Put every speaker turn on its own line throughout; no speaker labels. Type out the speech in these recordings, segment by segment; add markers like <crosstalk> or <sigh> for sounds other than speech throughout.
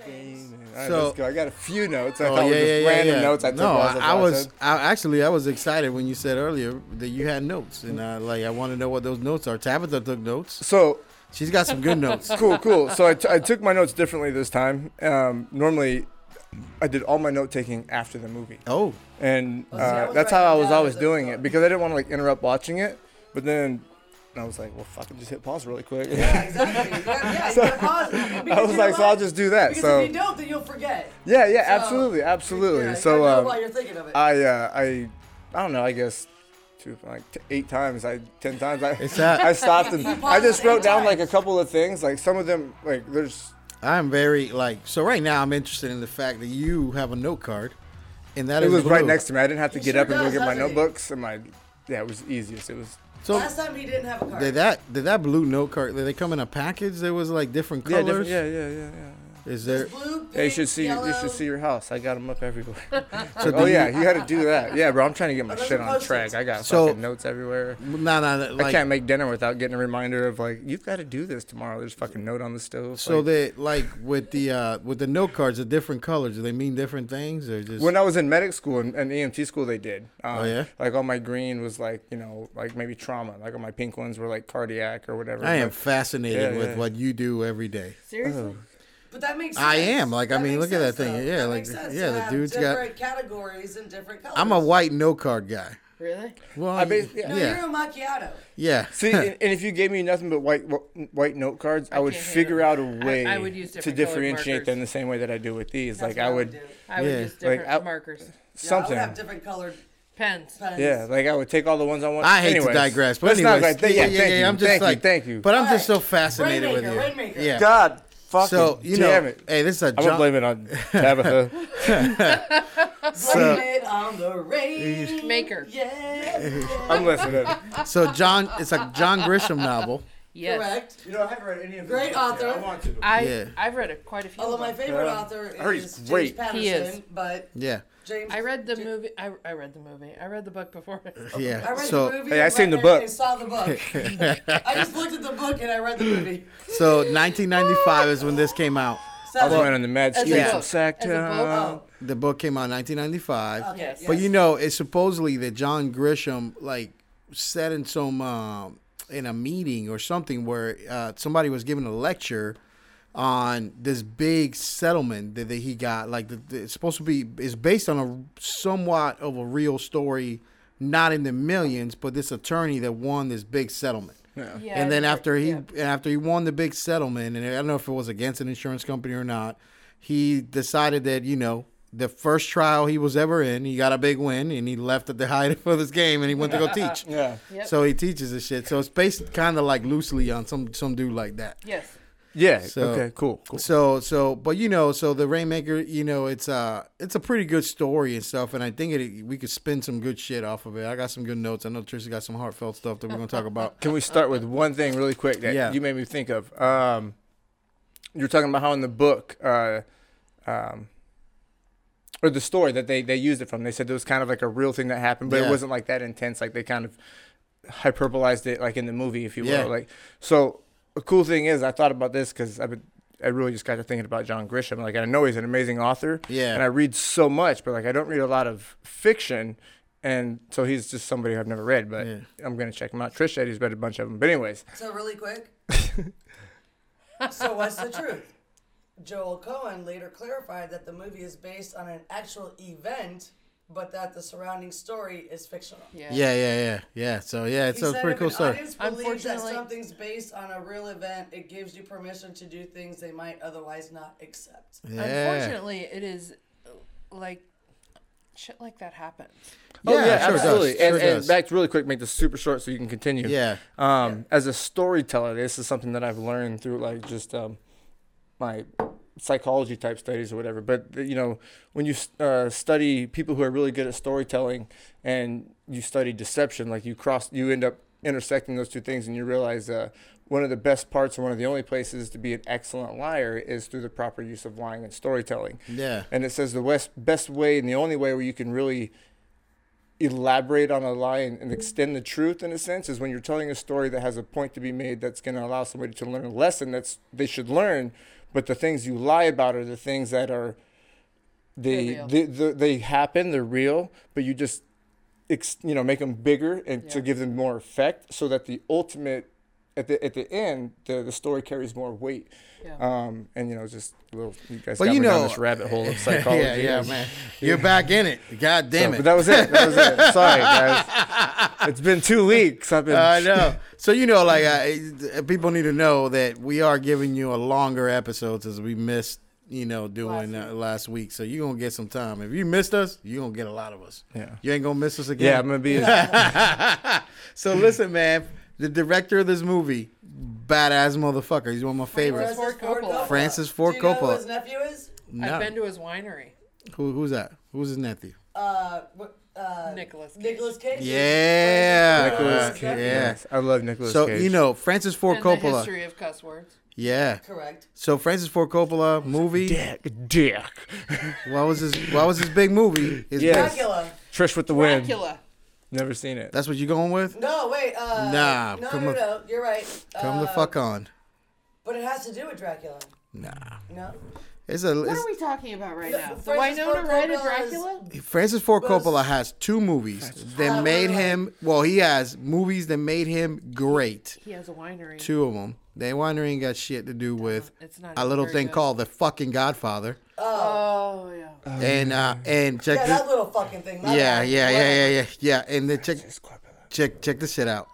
All right,
So-
let's go. I got a few notes. I
Oh,
thought
yeah,
were just
yeah, yeah,
random
yeah.
notes. I took
no,
off
I,
the
I was
iPad.
I, actually I was excited when you said earlier that you had notes, and I, like I want to know what those notes are. Tabitha took notes.
So
She's got
<laughs>
some good notes.
cool, cool. So I, t- I took my notes differently this time. Um, normally, I did all my note taking after the movie,
Oh,
and
Oh, see, I
uh,
was
that's how I
writing
was
down
always
as I
doing
thought.
it because I didn't want to like interrupt watching it. But then I was like, well, fucking just hit pause really quick.
Yeah, exactly.
<laughs>
Yeah, yeah, you gotta pause it,
<laughs>
because
I
you
was
know
like, so I'll
what?
just do that.
Because
so
if you don't, then you'll forget.
yeah, yeah,
So-
absolutely, absolutely.
<laughs> Yeah, you
so
gotta know
um,
while you're thinking of it.
I, uh, I, I don't know. I guess two, like t- eight times, I ten times. I,
it's not.
I stopped
<laughs>
and I just
Eight
wrote down like
times.
a couple of things. Like some of them, like there's
I'm very like so right now. I'm interested in the fact that you have a note card, and that
it
is
was right
blue.
next to me. I didn't have to
He
get
sure
up and go
does,
get my
doesn't he?
notebooks and my yeah. It was easiest. It was
So
Last time he didn't have a card.
did that did that blue note card? Did they come in a package? There was like different
yeah,
colors.
different, yeah, yeah, yeah, yeah.
Is there?
Blue,
Yeah, you
pink,
should see.
Yellow.
You should see your house. I got them up
<laughs>
everywhere.
So
oh
do
yeah,
you-
you had to do that. Yeah, bro. I'm trying to get my
Oh, those
shit
are
on
Post-its.
track. I got
So-
fucking notes everywhere.
No, no, no,
I
like
can't make dinner without getting a reminder of like you've got to do this tomorrow. There's a fucking note on the stove.
so
like,
that like with the uh with the note cards, the different colors. Do they mean different things or just?
when I was in medic school and, and EMT school, they did. Um,
Oh, yeah?
Like all my green was like you know like maybe trauma. Like all my pink ones were like cardiac or whatever.
I am
But-
fascinated
Yeah,
with
yeah.
what you do every day.
Seriously?
But that makes sense.
uh-huh. I am, like, I mean, look
makes
at that
sense,
thing.
though.
Yeah,
That
like,
makes sense
yeah,
to
the
have
dude's got-
different categories and different colors.
I'm a white no card guy.
Really?
Well,
I bas- yeah.
No,
yeah,
you're a macchiato.
yeah.
<laughs> See,
<laughs>
and, and if you gave me nothing but white wh- white note cards, I, would
can't handle
figure out a
that. I-
way
I would use
to
different colored
differentiate
markers.
them the same way that I do with these. like
That's what
I
do.
would
Yeah,
I would
Yeah.
use different
Like, I-
markers.
I
something.
would
Yeah,
have different colored
Pens.
pens.
like I would take all the ones I want.
I hate
<laughs>
to
Anyways,
digress, but
let's not
anyways,
like- th- yeah, thank you,
I'm just
thank you,
like,
thank you.
But I'm just so
Alright.
fascinated with you.
Rainmaker, rainmaker.
Yeah.
God, fucking
So you know,
damn it!
hey, this is a
I'm gonna
John.
blame it
<laughs>
on Tabitha.
Blame it on the rain.
Maker.
Yeah. yeah.
I'm listening.
So John, it's a John Grisham novel.
Yes.
Correct.
You know, I haven't read any of
Great
these.
author.
Yeah, I want to.
I,
Yeah.
I've read a, quite a few.
Although
of
my
them.
favorite
Yeah.
author
Oh I heard
is
he's
James
great.
Patterson,
He is.
but
Yeah,
James
I read the movie. I, I read the movie. I read the book before.
I
yeah.
read the
So
movie.
Hey, I
and
seen
read-
the book.
and saw the book.
<laughs>
I just looked at the book and I read the movie.
so 1995 is when this came out.
So
I was running the mad
As a
streets
book.
of Sacktown.
oh,
The book came out in 1995.
okay,
Yes.
But you know, it's supposedly that John Grisham like said in some um in a meeting or something where uh, somebody was giving a lecture on this big settlement that, that he got. Like the, the- it's supposed to be is based on a somewhat of a real story, not in the millions, but this attorney that won this big settlement.
Yeah,
And then
I-
after he
yeah.
after he won the big settlement, and I don't know if it was against an insurance company or not, he decided that you know the first trial he was ever in, he got a big win, and he left at the <laughs> height of this game, and he went to go teach.
<laughs> Yeah.
Yep.
So he teaches this shit. So it's based kind of like loosely on some some dude like that.
Yes.
Yeah.
So-
okay. Cool. Cool.
So so but you know so the Rainmaker you know it's uh it's a pretty good story and stuff and I think it we could spin some good shit off of it. I got some good notes. I know Trisha got some heartfelt stuff that we're gonna talk
<laughs>
about.
Can we start with one thing really quick that
Yeah.
you made me think of? Um, you were talking about how in the book, uh, um, or the story that they, they used it from, they said it was kind of like a real thing that happened, but
Yeah.
it wasn't like that intense. Like they kind of hyperbolized it, like in the movie, if you will.
Yeah.
Like so, a cool thing is I thought about this because I've been. I really just got to thinking about John Grisham. Like I know he's an amazing author,
Yeah.
and I read so much, but like I don't read a lot of fiction, and so he's just somebody I've never read. But
Yeah.
I'm gonna check him out. Trish said he's read a bunch of them, but anyways,
So really quick. so what's the truth? Joel Cohen later clarified that the movie is based on an actual event, but that the surrounding story is fictional.
Yeah.
Yeah yeah yeah yeah. So yeah it's
He
a
said
pretty
if
cool
an
story.
audience believes that
Unfortunately-
something's based on a real event, it gives you permission to do things they might otherwise not accept.
Yeah.
Unfortunately, it is uh, like shit like that happens.
oh yeah,
sure does,
absolutely.
sure
and, and
does.
back to really quick, make this super short so you can continue.
Yeah.
Um, as a storyteller, this is something that I've learned through like just um, my psychology type studies or whatever. But you know, when you uh, study people who are really good at storytelling and you study deception, like you cross, you end up intersecting those two things, and you realize uh, one of the best parts or one of the only places to be an excellent liar is through the proper use of lying and storytelling. <laughs>
Yeah.
And it says the west, best way and the only way where you can really elaborate on a lie and, and extend the truth in a sense is when you're telling a story that has a point to be made that's going to allow somebody to learn a lesson that's they should learn But the things you lie about are the things that are they
They're real.
they, they, they happen, they're real, but you just ex, you know make them bigger and to
Yeah.
give them more effect, so that the ultimate at the at the end the, the story carries more weight.
Yeah.
Um, and you know just a little you guys
But
got
you
me down
know-
this rabbit hole of psychology.
<laughs> yeah, yeah, man. You're back in it. God
So,
damn it.
but that was it. That was
<laughs>
it. Sorry, guys. It's been two weeks. I've been.
I
<laughs>
know. Uh, So you know, like I, uh, people need to know that we are giving you a longer episode as we missed, you know, doing last
Last
week. Uh, last week. So you're gonna get some time. If you missed us, you're gonna get a lot of us.
Yeah.
You ain't gonna miss us again.
Yeah, I'm gonna be.
<laughs> so listen, man. The director of this movie, badass motherfucker. He's one of my favorites.
Ford Coppola.
Francis Ford
Do you know who
Coppola.
his nephew is?
No.
I've been to his winery.
Who, who's that? Who's his nephew?
Uh, what, uh,
Nicolas Cage.
Nicholas Cage.
Yeah.
Nicholas
Uh,
Cage.
yeah.
I love Nicholas
So
Cage.
you know Francis Ford
and the
Coppola.
history of cuss words.
Yeah.
Correct.
So Francis Ford Coppola movie.
Dick, Dick,
What was his What was his big movie? His
Yes.
big-
Dracula.
Trish with the wind.
Dracula.
Never seen it.
That's what you going with?
No, wait. Uh,
Nah,
No,
come
no,
on.
no. You're right.
Come the
Uh,
fuck on.
But it has to do with Dracula.
Nah.
No.
It's a
What
it's,
are we talking about
<laughs>
right now?
Francis
The Winona
Ford
Ryder
Coppola is-
Dracula?
Francis Ford
Well,
Coppola has two movies
Uh,
that made
wait, wait.
him. Well, he has movies that made him great.
He has a winery.
Two of them. They winery ain't got shit to do with
It's not
a little
very
thing
good.
called the fucking Godfather.
Oh, yeah.
and uh, and check
Yeah,
this.
that little fucking thing. my
Yeah,
bad.
yeah,
Whatever.
yeah, yeah, yeah, yeah. And then check check check this shit out.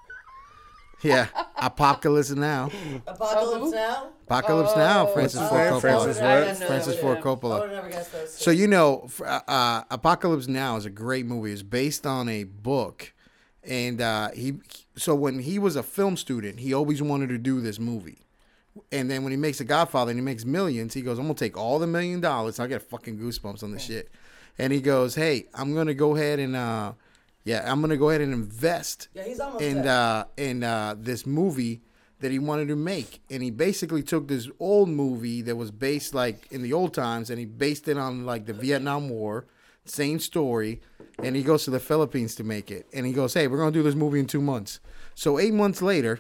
Yeah,
<laughs>
apocalypse now.
Apocalypse Now. Oh,
Apocalypse now. Francis
his
Ford
name?
Coppola.
Francis
I
what?
didn't know Oh. that
Francis
was
Ford
him.
Coppola.
I would never guess those.
So you know, f- uh, uh, Apocalypse Now is a great movie. It's based on a book, and uh, he so when he was a film student, he always wanted to do this movie. And then when he makes The Godfather and he makes millions, he goes, "I'm gonna take all the million dollars." I get fucking goosebumps on this shit. And he goes, "Hey, I'm gonna go ahead and uh, yeah, I'm gonna go ahead and invest."
Yeah, he's almost
and
there.
uh and uh this movie that he wanted to make and he basically took this old movie that was based like in the old times and he based it on like the Vietnam War same story and he goes to the Philippines to make it and he goes hey we're going to do this movie in 2 months so 8 months later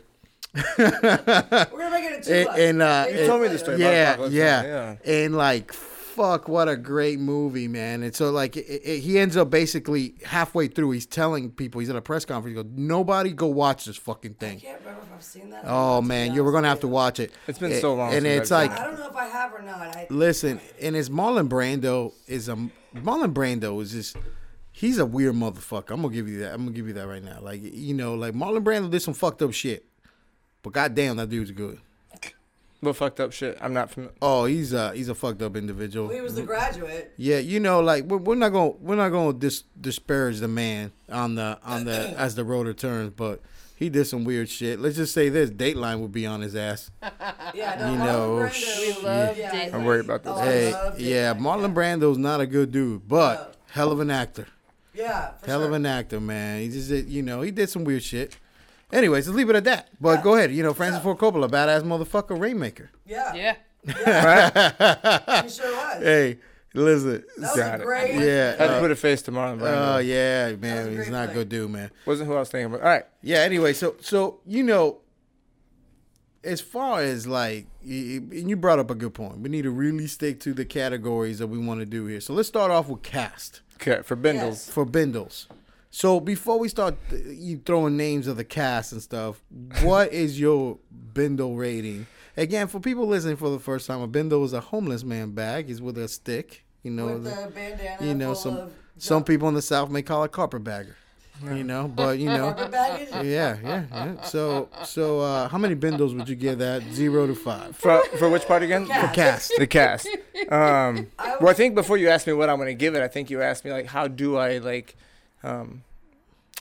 We're gonna make it a two.
and,
bucks.
and, uh
Maybe
and-
told me this story about
yeah,
Apocalypse
yeah,
Now,
and like fuck what a great movie man and so like it, it, he ends up basically halfway through he's telling people he's at a press conference he goes nobody go watch this fucking thing
I can't remember if I've seen that. or
Oh
not, to
man,
be
you were
honest
gonna have to
with
watch it.
It's been
A-
so long
and
since
it's
I've
like,
seen
you. I don't know if I have or not. I,
listen, and it's Marlon Brando is a Marlon Brando is just he's a weird motherfucker. I'm gonna give you that. I'm gonna give you that right now. Like you know, like Marlon Brando did some fucked up shit, but goddamn, that dude's good.
What fucked up shit? I'm not familiar.
Oh, he's a he's a fucked up individual.
he was the graduate.
Yeah, you know, like we're, we're not gonna we're not gonna dis- disparage the man on the on
<coughs>
the as the rotor turns, but he did some weird shit. Let's just say this: Dateline would be on his ass.
Yeah, no,
You
Marlon
know,
Brando,
shit.
We love
yeah,
Dateline.
I'm worried about this.
Oh, I
Hey,
love
yeah,
Dateline.
Marlon Brando's not a good dude, but hell of an actor.
Yeah, for
Hell
sure.
of an actor, man. He just, did, you know, he did some weird shit. Anyways, let's leave it at that. But go ahead. You know, Francis Ford Coppola, badass motherfucker, rainmaker.
Yeah,
Yeah.
he sure was.
Hey, listen.
that was
got
a
it.
great.
Yeah.
I had to
uh,
put a face to Marlon Brando.
Oh, yeah,
was a
man. He's
great
not a
play.
good dude, man.
Wasn't who I was thinking about. All right.
Yeah, anyway, so, so you know, as far as like, y- y- and you brought up a good point. We need to really stick to the categories that we want to do here. So let's start off with cast.
Okay, for Bindles.
for Bindles. So before we start th- you throwing names of the cast and
<laughs>
stuff, what is your Bindle rating? Again, for people listening for the first time, a Bindle is a homeless man bag. He's with a stick, you know.
With
the-
the bandana
you know
full
some
of
some people in the South may call it carpetbagger, you know. But you
<laughs>
know,
baggage.
yeah, yeah. yeah. So so uh, how many Bindles would you give that? Zero to five.
For, for which part
<laughs>
again?
Yeah.
Cast.
The cast. Um, well, I think before you asked me what I'm going to give it, I think you asked me, like, how do I, like, um,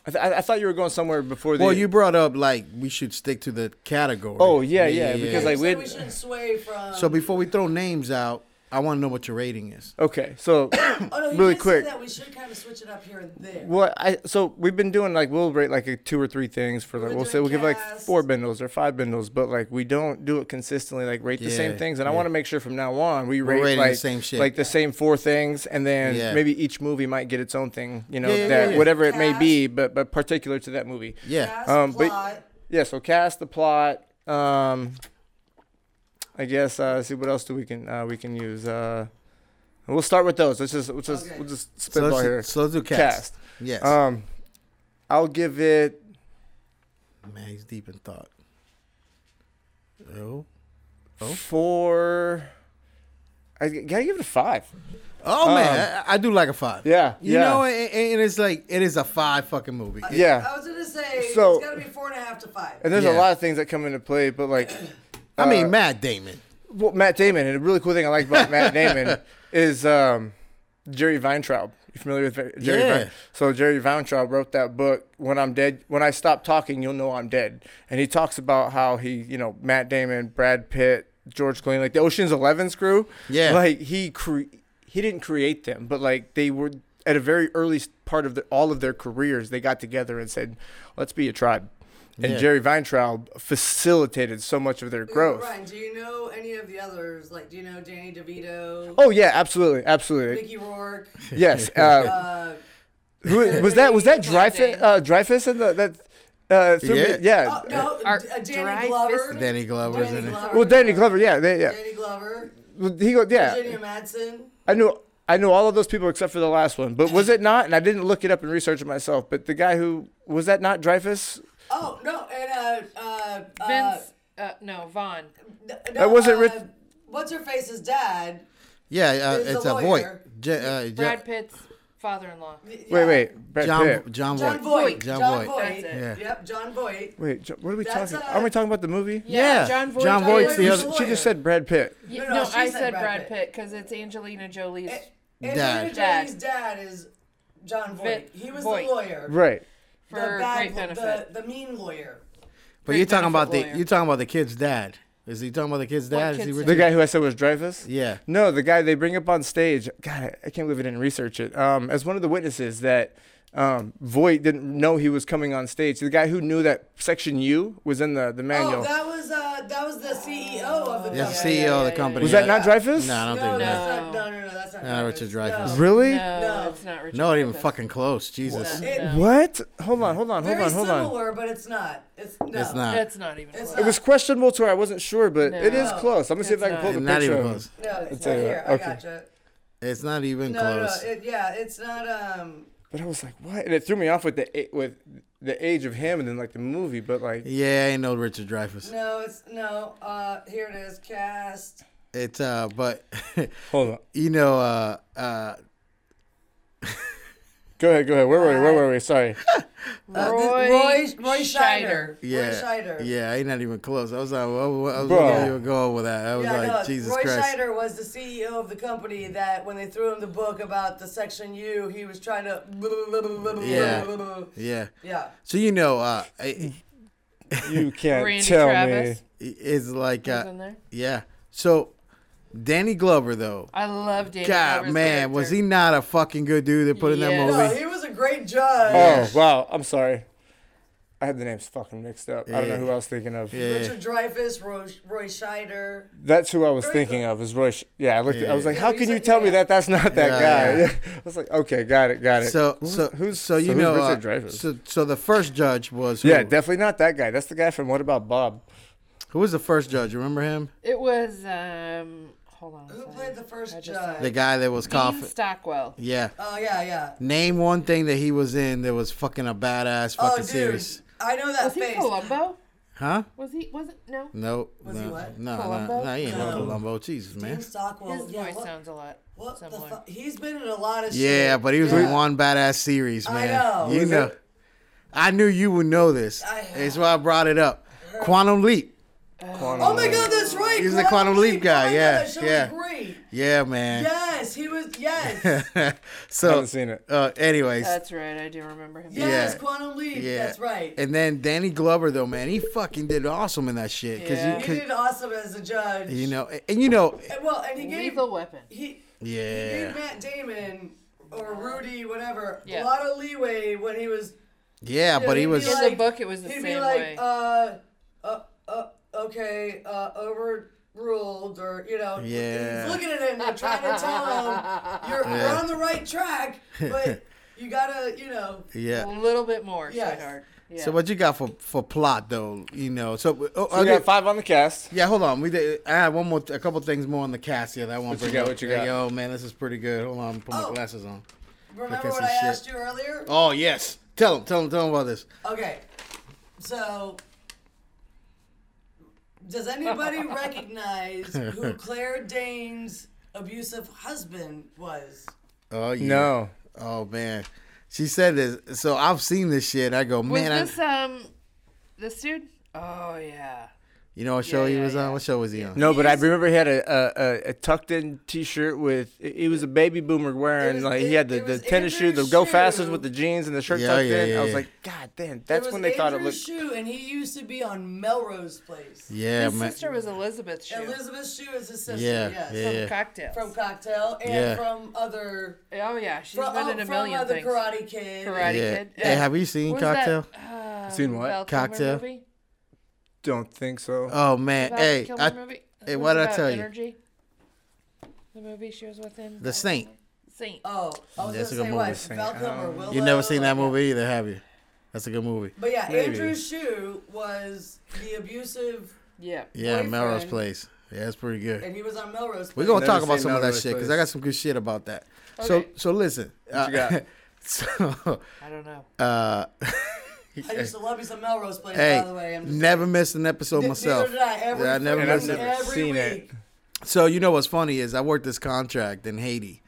I, th- I I thought you were going somewhere before the.
Well, you brought up like we should stick to the category.
Oh, yeah, yeah, because,
Like
like,
we
we'd-
should sway from.
So before we throw names out, I want to know what your rating is.
Okay, so
oh, no, he
really
did say
quick.
that we should kind of switch it up here and there.
Well, I so we've been doing like we'll rate like a two or three things for like
We're
we'll
doing
say we'll give like
cast.
four bindles or five bindles, but like we don't do it consistently. Like rate the
Yeah,
same things, and I
yeah.
want to make sure from now on we rate
rating the
like
same shit.
like the same four things, and then
Yeah.
maybe each movie might get its own thing, you know,
Yeah, yeah,
that
yeah, yeah.
whatever it may be, but but particular to that movie.
Yeah.
Cast,
Um, but-
plot,
Yeah. So cast the plot. Um, I guess uh, see what else do we can uh, we can use. Uh, we'll start with those. Let's just let's just
Okay.
we'll just
So
spitball
let's,
here.
so let's do cast.
Cast.
Yes.
Um, I'll give it.
Man, he's deep in thought. Oh. Oh.
Four. I g- gotta give it a five.
Oh man, I, I do like a five.
Yeah,
You
yeah. Uh,
know, and, and it's like it is a five fucking movie.
Yeah,
I was gonna say
So-
it's gotta be four and a half to five.
and there's
Yeah.
a lot of things that come into play, but like,
I
uh,
mean, Matt Damon.
well, Matt Damon. And a really cool thing I like about Matt
<laughs>
Damon is um, Jerry Weintraub. You familiar with Ver- Jerry?
Yeah.
Vein- so Jerry Weintraub wrote that book. When I'm dead, when I stop talking, you'll know I'm dead. And he talks about how he, you know, Matt Damon, Brad Pitt, George Clooney, like the Ocean's Eleven crew.
Yeah.
like he cre- he didn't create them, but like they were at a very early s- part of the, all of their careers. They got together and said, "Let's be a tribe." And
Yeah.
Jerry Weintraub facilitated so much of their growth.
Ryan, do you know any of the others? Like, do you know Danny DeVito,
Oh yeah, absolutely, absolutely.
Mickey Rourke?
Yes. Uh,
<laughs> Uh,
who, was that was
<laughs>
that
Bad
Dreyfus?
Day.
Uh, Dreyfus and the, that. Uh, threw me-
Yeah.
yeah.
oh, no,
Our-
D- uh, Danny
Dry
Glover.
Fist-
Danny Glover's
Danny
in it.
Glover.
Well, Danny Glover. Yeah, they, yeah.
Danny Glover.
He goes.
Virginia
Yeah.
Madsen.
I knew. I knew all of those people except for the last one. But was it not? And I didn't look it up and research it myself. But the guy who was that not Dreyfus?
Oh no, and uh, uh, uh,
Vince, uh, no, Vaughn.
n-
I
no,
wasn't with-
uh, What's her face's dad?
Yeah, uh,
He's
it's
a
a Voight.
lawyer.
J- uh, J-
Brad Pitt's father-in-law.
Wait,
Yeah.
wait. Brad
John
Pitt.
John
John
Voight.
Voight.
John
John
Voight.
Voight.
That's
it. Yeah.
Yep, John Voight.
Wait, Jo- what are we
That's,
talking?
uh,
Aren't we talking about the movie?
Yeah,
John Voight.
John Voight's the
You
other-
s- She just said Brad Pitt.
Yeah,
No,
no,
no, she
I
said
said
Brad
Brad
Pitt. Eh,
Pitt because it's Angelina Jolie's.
Angelina
Dad.
Jolie's dad is John Voight.
Vin-
He was
Voight.
the lawyer.
Right.
The
for
bad,
great
law-
benefit.
The, the mean lawyer.
But you're talking about the
benefit lawyer.
you're talking about the kid's dad. Is he talking about the kid's dad? Is he
kid's
The
Richard?
guy who I said was Dreyfus.
Yeah.
No, the guy they bring up on stage. God, I can't believe I didn't research it. Um, as one of the witnesses that um, Voight didn't know he was coming on stage. The guy who knew that section U was in the the manual.
Oh, that was uh, that was the CEO of the.
Yeah, E the
company.
CEO of the
yeah,
company.
was
yeah.
that not Dreyfus?
No, I don't
No,
think
that's
that.
not. No, no, no, that's not.
Not Richard Dreyfuss.
No.
Really?
No,
No.
it's not Richard.
Not even
Dreyfuss.
fucking close. Jesus.
It-
No.
What? Hold on, hold on, hold
Very
on, hold on.
similar, but it's not. It's no.
It's not.
That's not even.
It's
close.
It was questionable to her. I wasn't sure, but it is
No.
close. I'm gonna see if I can
It's
pull the
Not
picture.
even
of him.
close.
No, it's
I'll
right
tell you
here.
what,
I
okay.
gotcha.
It's not even
No, no,
close.
no. It, yeah, it's not. Um,
But I was like, what? And it threw me off with the a- with the age of him and then like the movie. But like,
yeah, ain't no Richard Dreyfuss.
no, it's no. Uh, here it is. Cast.
It's uh, but <laughs>
hold on.
you know, uh, uh,
Go ahead, go ahead. Where were we? Where were we?
<laughs>
Sorry.
Roy,
uh, Roy, Roy Scheider. Roy
yeah,
Scheider.
yeah, ain't not even close. I was like, well, I was
Bro.
where you were going with that. I was
Yeah,
like,
no,
Jesus
Roy
Christ.
Scheider was the CEO of the company that when they threw him the book about the section U, he was trying to.
Yeah. Yeah.
Yeah.
So you know, uh, it,
You can't
Randy
tell
Travis.
me.
it's like,
was
uh,
in there.
yeah. So Danny Glover though,
I love Danny.
God
Glover's
man, was he
character.
not a fucking good dude that put in
Yeah.
that
No,
movie?
he was a great judge.
Oh wow, I'm sorry. I had the names fucking mixed up. I don't know who I was thinking of.
Richard Dreyfuss, Roy, Roy Scheider.
That's who I was thinking of. Is Roy? Sh- yeah, I looked. I was like,
Yeah,
how
he's
can you
like-
tell me
yeah.
that that's not that
Yeah,
guy?
yeah.
<laughs> I was like, okay, got it, got it.
So
Who's-
so
who's
so you
who's
know uh,
Richard Dreyfuss?
so so the first judge was who?
yeah, definitely not that guy. That's the guy from What About Bob?
who was the first judge? You Remember him?
It was. Um, hold on. a
Who
second.
played the first
just saw
judge?
The guy that was
Dean
coughing.
Stockwell.
Yeah.
oh yeah, yeah.
Name one thing that he was in that was fucking a badass
Oh
fucking
dude,
series.
I know that
Was he
face.
Columbo?
Huh?
Was he? Was it? No.
No.
Was
no,
he what?
No, no,
Columbo?
no, he ain't no
No.
Columbo. Jesus, man.
Dean Stockwell.
His
yeah,
voice
what,
sounds a lot
what the
similar.
fuck? He's been in a lot of shit.
Yeah, but he was in
Yeah.
one badass series, man.
I know.
You
Was
know. I knew you would know this.
I-
That's why I brought it up. Quantum Leap.
Oh my god, that's right.
He's the Quantum Leap guy,
Oh my God,
yeah,
that show was
yeah.
great.
Yeah, man.
Yes, he was.
<laughs>
Yes,
so
Haven't seen it.
Uh, anyways,
That's right. I do remember him.
yes,
Yeah.
Quantum Leap.
yeah.
That's right.
And then Danny Glover though, man, he fucking did awesome in that shit. Cause
Yeah.
you,
he
cause,
did awesome as a judge.
you know, and you know,
And, well, and he gave
Lethal Weapon.
he he
yeah,
gave Matt Damon or Rudy, whatever,
Yeah.
a lot of leeway when he was
yeah, but he
he'd be
was.
In the book, it was the
he'd
same
be like,
way.
uh, uh, uh, okay, uh, overruled, or you know,
Yeah. <laughs>
<laughs>
he's looking at him and trying to tell him you're, you're on the right track, but You gotta, you know.
Yeah.
A little bit more,
Yes.
sweetheart. Yeah.
So what you got for for plot though? You know, so, oh,
So we
okay.
got five on the cast.
yeah, hold on. We did. I had one more, a couple things more on the cast. Yeah, that one.
What you got, what you got?
Yo, man, this is pretty good. Hold on, put my
Oh.
glasses on.
Remember
guess
what
it's
I
shit.
asked you earlier?
Oh yes, tell them, tell them, tell them about this.
Okay. So, does
<laughs>
anybody recognize who Claire Danes' abusive husband was?
Oh yeah.
No.
Oh man, she said this. So I've seen this shit. I go,
was
man. I,
this um this dude? Oh yeah.
you know what show
Yeah,
he
yeah,
was
yeah.
on? What show was he on?
No, but I remember he had a, a, a, a tucked in t shirt with he was a baby boomer
It
wearing
was-
like
it-
he had the,
it
the
was
tennis shoe, the
Andrew's
go fasters
shoe.
with the jeans and the shirt
Yeah,
tucked
yeah,
in. I
yeah.
was like, God damn, that's
it was
when they thought it
Andrew
looked
Shue, and he used to be on Melrose Place.
Yeah,
His
man.
sister was Elizabeth Shue
Elizabeth Shue is his sister.
Yeah,
yes.
yeah.
from Cocktails.
From Cocktail and
Yeah.
from other
oh yeah, she's
from,
been in
oh,
a
from
million
other
things.
Karate Kid.
Karate
Yeah.
Kid.
Hey, have you seen
What was
Cocktail?
That, uh,
Seen what?
Val Kilmer
Cocktail?
Movie?
don't think so.
Oh man,
Val
hey,
Kilmer
I,
movie?
hey,
It was
what did I
about
tell you?
energy. you? The movie she was with in
The Saint.
Saint.
Oh, I was
That's a good
gonna say
movie,
what?
Saint.
Val Kilmer,
Um,
Oh,
Willow,
you never seen that movie either, have you? That's a good movie.
But yeah,
Maybe.
Andrew Shue was the abusive,
Yeah.
Yeah, Melrose
Boyfriend.
Place. Yeah, that's pretty good.
and he was on Melrose.
We're
Place.
gonna
Never
talk about
seen
some of that
Melrose
shit because
Place.
I got some good shit about that. So
Okay.
so listen. uh,
you got?
<laughs> so
I don't know.
uh,
I used to love me some Melrose Place,
hey,
by the way. I'm just
never missed an episode
Neither
myself.
did I. Every
yeah, I never
And
missed
I've
it.
never
Every
seen it.
week.
So you know what's funny is I worked this contract in Haiti,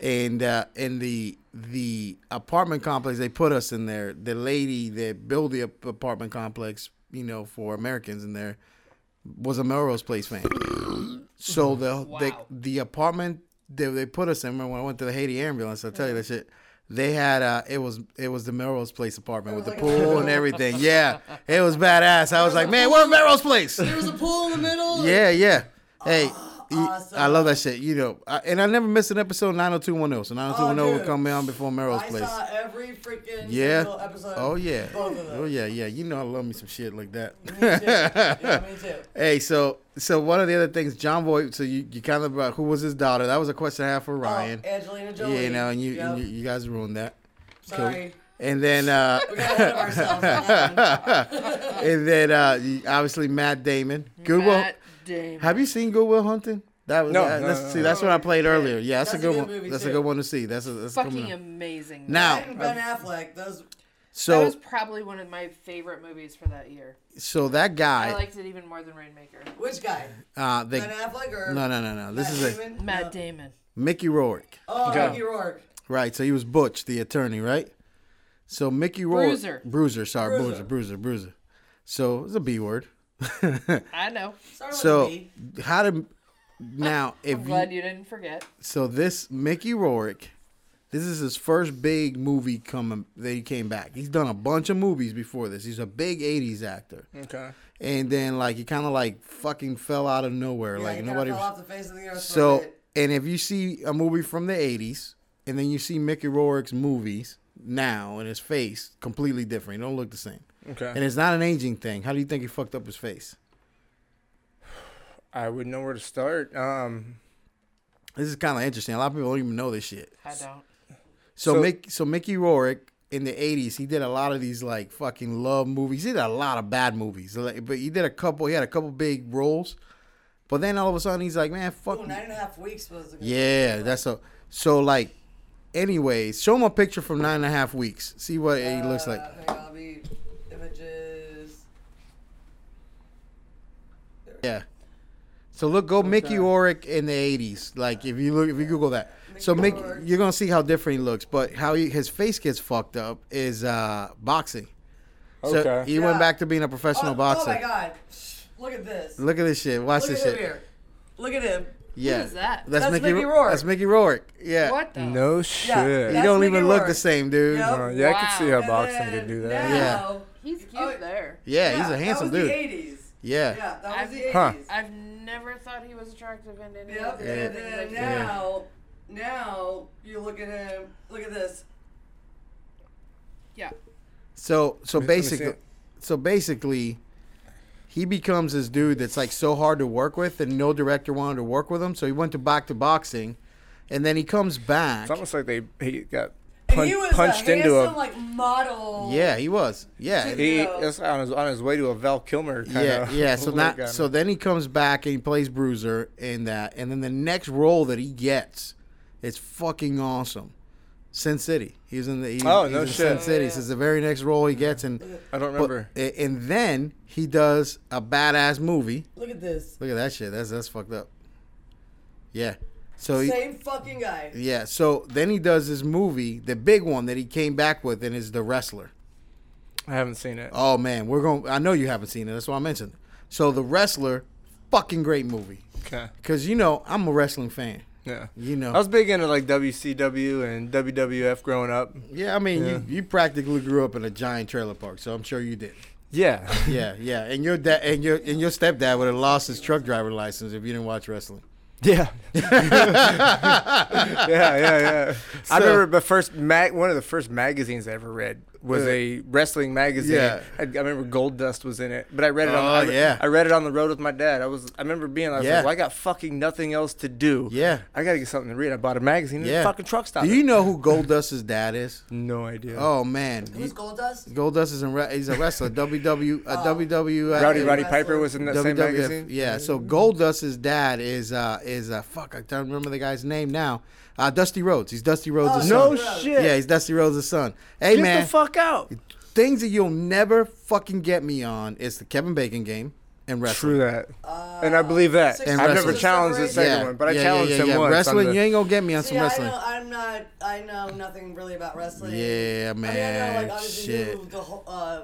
and uh, in the the apartment complex they put us in there. The lady that built the ap- apartment complex, you know, for Americans in there, was a Melrose Place fan. So the the
Wow.
the apartment that they put us in. Remember when I went to the Haiti ambulance? I tell you that shit. They had uh, it was it was the Melrose Place apartment with the
like a
pool and everything. Yeah, it was badass. I was like, man, we're in Melrose Place.
There was a pool in the middle. and-
Yeah, yeah. Hey, y-
awesome.
I love that shit. You know, I, and I never miss an episode 90210. So 90210
Oh,
will
dude.
come on before Merrill's
I
place.
saw every freaking
Yeah.
single episode.
Oh yeah.
Both of them.
Oh yeah, yeah. You know I love me some shit like that.
<laughs> Yeah, me
<laughs>
too. Oh,
hey, so so one of the other things, John Boy. So you, you kind of about who was his daughter? That was a question I had for Ryan.
Oh, Angelina
yeah,
Jolie.
you know, and you,
Yep.
and you you guys ruined that. Cool.
Sorry.
And then
<laughs>
uh, <laughs>
We got ahead of ourselves. on that one.
and then uh, you- obviously Matt Damon. Goodwill.
Matt Damon.
Have you seen Goodwill Hunting? That was
No,
that-
no,
that's,
no,
see,
no.
that's what I played earlier. Yeah, that's,
That's
a
a
good
good
one.
movie,
that's a
too.
good one to see. That's a that's
Fucking
coming up.
amazing.
Now-
And Ben Affleck. Those.
that
So
was probably one of my favorite movies for that year.
so that guy,
I liked it even more than Rainmaker.
Which guy?
uh, the,
Ben Affleck or
no no no no. This
Matt
is a
Damon?
Matt
No.
Damon.
Mickey Rourke,
Oh,
Yeah.
Mickey Rourke.
right? So he was Butch, the attorney, right? So Mickey Rourke,
Bruiser.
Bruiser, sorry, Bruiser, Bruiser,
Bruiser.
Bruiser. So it's a B word. <laughs>
I know.
Sorry,
so
Lee.
how to now if you,
Glad you didn't forget.
so this Mickey Rourke, this is his first big movie coming that he came back. He's done a bunch of movies before this. He's a big '80s actor,
Okay.
and then like he kind of like fucking fell out of nowhere.
Yeah,
like
he kinda
nobody.
fell
was-
off the face of the earth.
So,
for a bit.
and if you see a movie from the 80s and then you see Mickey Rourke's movies now and his face completely different, he don't look the same.
Okay.
And it's not an aging thing. How do you think he fucked up his face?
I would know where to start. Um
This is kind of interesting. A lot of people don't even know this shit.
I don't.
So-
So, Mick, so Mickey Rourke in the 80s, he did a lot of these like fucking love movies. He did a lot of bad movies, like, but he did a couple. He had a couple big roles. But then all of a sudden, he's like, man, fuck.
Ooh, nine and a half weeks was. a good-
Yeah, that's a so like. Anyways, show him a picture from nine and a half weeks. See what he looks like.
Uh, hang on, let me- images.
Yeah. So look, go Mickey Oric in the eighties. Like if you look, if you Google that, so
Mickey
Mickey,
Rourke.
you're gonna see how different he looks. But how he, his face gets fucked up is uh, boxing. So
Okay.
he went
Yeah.
back to being a professional
Oh, oh
boxer.
my God! Look at this.
Look at this shit. Watch
Look
this
at him
shit.
here. Look at him.
Yeah.
is that?
That's,
That's
Mickey,
Mickey
Ro-
Rourke.
That's Mickey Rourke. Yeah.
What the?
No shit.
He
That's
don't even
Mickey
look the
Rourke.
same, dude.
Yep.
Uh, yeah, I could
Wow.
see how
And
boxing
then
could do
now-
that.
Yeah.
He's cute
Oh,
there.
Yeah, he's a handsome
that
dude.
was The 80s.
Yeah.
Yeah, that was
I've-
the 80s.
Huh.
I've never thought he was attractive in any
Yep.
of the
And
things
then
I've
Yeah.
seen.
now, now you look at him. Look at this.
Yeah.
So so
Let me- let me see
basically,
it.
so basically, he becomes this dude that's like so hard to work with, and no director wanted to work with him. So he went to back to boxing, and then he comes back.
It's almost like they he got pun-
he was
punched
a
into
handsome,
him.
like model.
Yeah, he was. Yeah,
He-
He
Yeah.
that's on his on his way to a Val Kilmer kind
yeah,
<laughs> of
yeah. So that so then he comes back and he plays Bruiser in that, and then the next role that he gets is fucking awesome. Sin City. He's in the he's,
Oh,
he's
no
in
shit.
Sin City. So it's the very next role he gets, and
I don't
but,
remember.
and then he does a badass movie.
Look at this.
Look at that shit. That's that's fucked up. Yeah. So he,
Same fucking guy.
yeah. So then he does this movie, the big one that he came back with, and is the wrestler.
I haven't seen it.
Oh man, we're going. to I know you haven't seen it. That's why I mentioned. it. So the wrestler, fucking great movie.
Okay.
Cause you know I'm a wrestling fan.
Yeah.
You know.
I was big into like WCW and WWF growing up.
yeah, I mean
Yeah.
you you practically grew up in a giant trailer park, so I'm sure you did.
<laughs> Yeah.
Yeah, yeah. And your dad and your and your stepdad would have lost his truck driver license if you didn't watch wrestling. <laughs>
Yeah. yeah, yeah, yeah. I
So-
remember the first mag, one of the first magazines I ever read was a wrestling magazine.
Uh, Yeah.
I, I remember Gold Dust was in it, but I read it on
Oh,
I re-
yeah.
I read it on the road with my dad. I was I remember being like,
Yeah.
well, I got fucking nothing else to do.
Yeah.
I got to get something to read. I bought a magazine at
Yeah.
a fucking truck stop.
Do you know who Goldust's dad is?
no idea.
Oh man,
Who's Goldust?
Goldust is a re- he's a
<laughs>
wrestler. WW
Oh.
uh, WW
Rowdy
Hey,
Roddy
wrestler.
Piper was in that same
WWF.
magazine.
Yeah, so Goldust's dad is uh is uh fuck I don't remember the guy's name now. Uh, Dusty Rhodes. He's Dusty Rhodes'
Oh,
son.
No
Yeah.
shit.
Yeah, he's Dusty Rhodes' son. Hey
Get
man,
the fuck out.
things that you'll never fucking get me on is the Kevin Bacon game and wrestling.
True that.
Uh,
and I believe that.
Six
I've never
wrestling.
challenged the second
Yeah,
one, but I challenged him once. on
Wrestling,
the-
you ain't gonna get me on some
See, I
wrestling.
know, I'm not. I know nothing really about wrestling.
Yeah,
I, mean, I know,
man,
like, obviously you
shit.
the Hu- uh,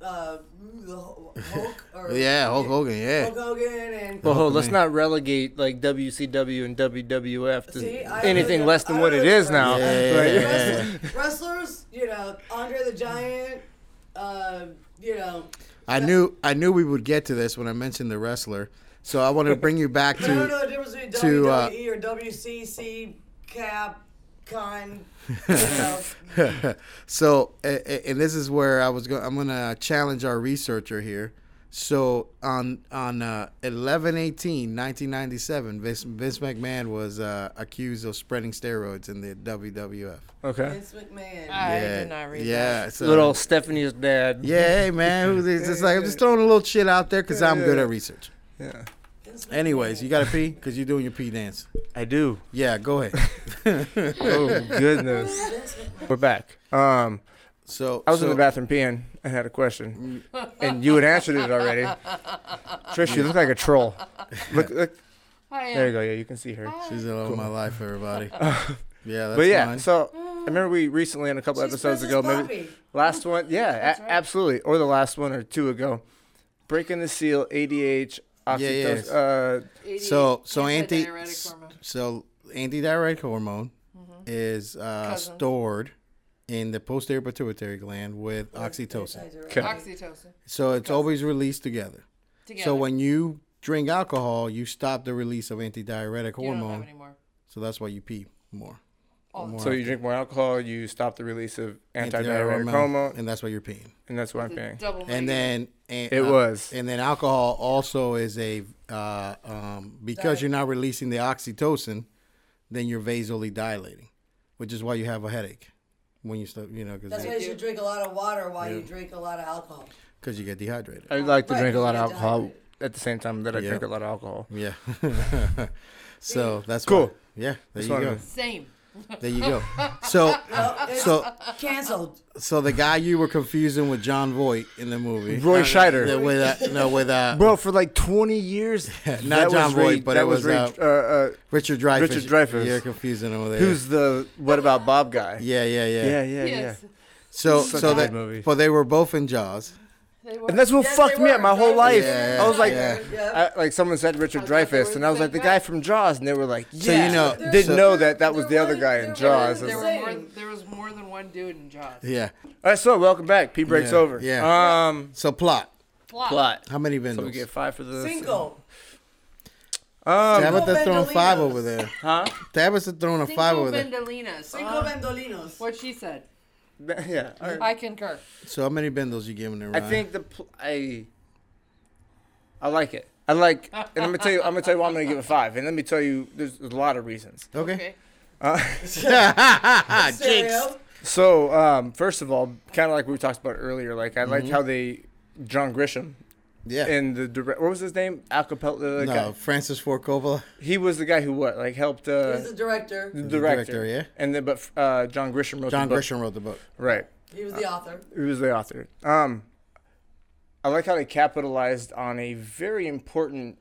uh, the Hu- Hulk
<laughs>
or
Yeah, Hulk Hogan. Yeah,
Hulk Hogan and
Well, Oh, hold,
Hulk
let's
Man.
not relegate like WCW and WWF to
See, I
anything
really-
less than
I
what it
really-
is now. <laughs>
Yeah.
Like,
Wrestlers, wrestlers, you know, Andre the Giant, uh, you know,
I knew I knew we would get to this when I mentioned the wrestler. So I want to bring you back
I
<laughs>
don't know
to <laughs>
the difference between
to, uh,
WWE or WCC, Cap, Con,
<laughs>
you know,
so a- a- and this is where I was going. I'm gonna challenge our researcher here. So on on uh, 11-18-1997, Vince, Vince McMahon was uh, accused of spreading steroids in the WWF.
<laughs> okay.
Vince McMahon.
I did not read
yeah, so-
Little Stephanie's dad.
Yeah, hey man, who's it's just like I'm just throwing a little shit out there because I'm good at research.
Yeah.
Vince McMahon.
Anyways, you gotta pee because you're doing your pee dance.
I do.
Yeah,
<laughs>
go ahead.
Oh goodness.
Vince <laughs> McMahon.
We're back. Um,
So
I was in
so-
the bathroom peeing and had a question, and you had answered it
<laughs>
already. Trish, you look like a troll. Look, look.
that. I am.
There you go. Yeah, you can see her.
She's in all my
<laughs>
life, everybody. Yeah, that's
But yeah,
mine.
so I remember we recently in a couple
She's
episodes
Princess
ago, maybe
Poppy.
last one, yeah, a- absolutely, or the last one or two ago, breaking the seal, ADH, oxytocin.
Yeah, yes.
Uh,
so so anti
Antidiuretic hormone. Mm-hmm.
so antidiuretic hormone is uh,
Cousin.
stored in the posterior pituitary gland with oxytocin.
Oxytocin.
So it's always released together.
Together.
So when you drink alcohol, you stop the release of antidiuretic
you don't have
hormone.
any more.
So that's why you pee more.
so you drink more alcohol, you stop the release of
Antidiuretic
antidiuretic hormone,
and that's why you're peeing.
and that's what I'm paying.
Double.
And then and,
It
uh,
was.
and then alcohol also is a uh, um, because you're not releasing the oxytocin, then you're vasally dilating, which is why you have a headache when you start, you know,
That's why
because
you should drink a lot of water while you drink a lot of alcohol.
you get dehydrated.
I like to
Right,
drink a lot
yeah,
of alcohol
dehydrated.
at the same time that I drink a
Yeah.
lot of alcohol.
Yeah. <laughs> so that's why-
Cool.
Yeah, there
That's
you
what I
go.
mean.
Same.
There you go. So, so,
<laughs>
Cancelled.
so the guy you were confusing with John Voight in the movie,
Roy
Uh,
Scheider.
the- with uh, no, with uh,
Bro, for like 20 years, <laughs> that
John
was
Voight,
Reed-
but
that
it
was,
was,
Reed, uh, uh,
Richard Dreyfuss.
Richard Dreyfuss.
You're confusing him with
who's the What About Bob guy?
Yeah, yeah, yeah.
yeah, yeah,
Yes.
yeah.
So,
Such
so
a
that,
good movie.
but they were both in Jaws.
They were.
And that's what
Yes,
fucked
they
me up
were.
my whole
Yeah,
life.
yeah,
I was like,
yeah.
Yeah.
I, like someone said Richard
I thought they
Dreyfuss,
were
and I was
the
like the
same
guy
guy.
from Jaws, and they were like, yeah,
So you know-
didn't
so-
know that that was
They're
the other
really-
guy in
they're
Jaws.
really-
There
It's-
were
Same.
more. There was more than one dude in Jaws.
Yeah.
All right, so welcome back. P breaks
Yeah,
over.
yeah.
Um,
So plot.
Plot.
plot.
How many
So
vendors?
we get five for this.
Single.
Um,
Tabitha's
Single
throwing five
Mandolinos.
over there.
<laughs> huh?
Tabitha's throwing a five
Cinco
over there.
Vendolinas.
Ah.
Cinco
Uh,
Bandolinos.
what she said.
<laughs> Yeah. all right.
I concur.
So how many bendels you giving her?
I think the pl- I. I like it. I like, and I'm gonna tell you. I'm gonna tell you why I'm gonna give it five, and let me tell you. There's a lot of reasons.
Okay.
Okay.
Ah,
okay.
Stereo.
So, um, first of all, kind of like we talked about earlier, like I like how they John Grisham
Yeah.
and the direct, what was his name? Acapella. The
no,
guy,
Francis Ford Coppola.
he was the guy who what like helped uh,
He's the director.
the
the
director.
director, yeah.
And then, but uh, John Grisham wrote
John
the book.
Grisham wrote the book.
Right.
He was the author.
He was the author. Um, I like how they capitalized on a very important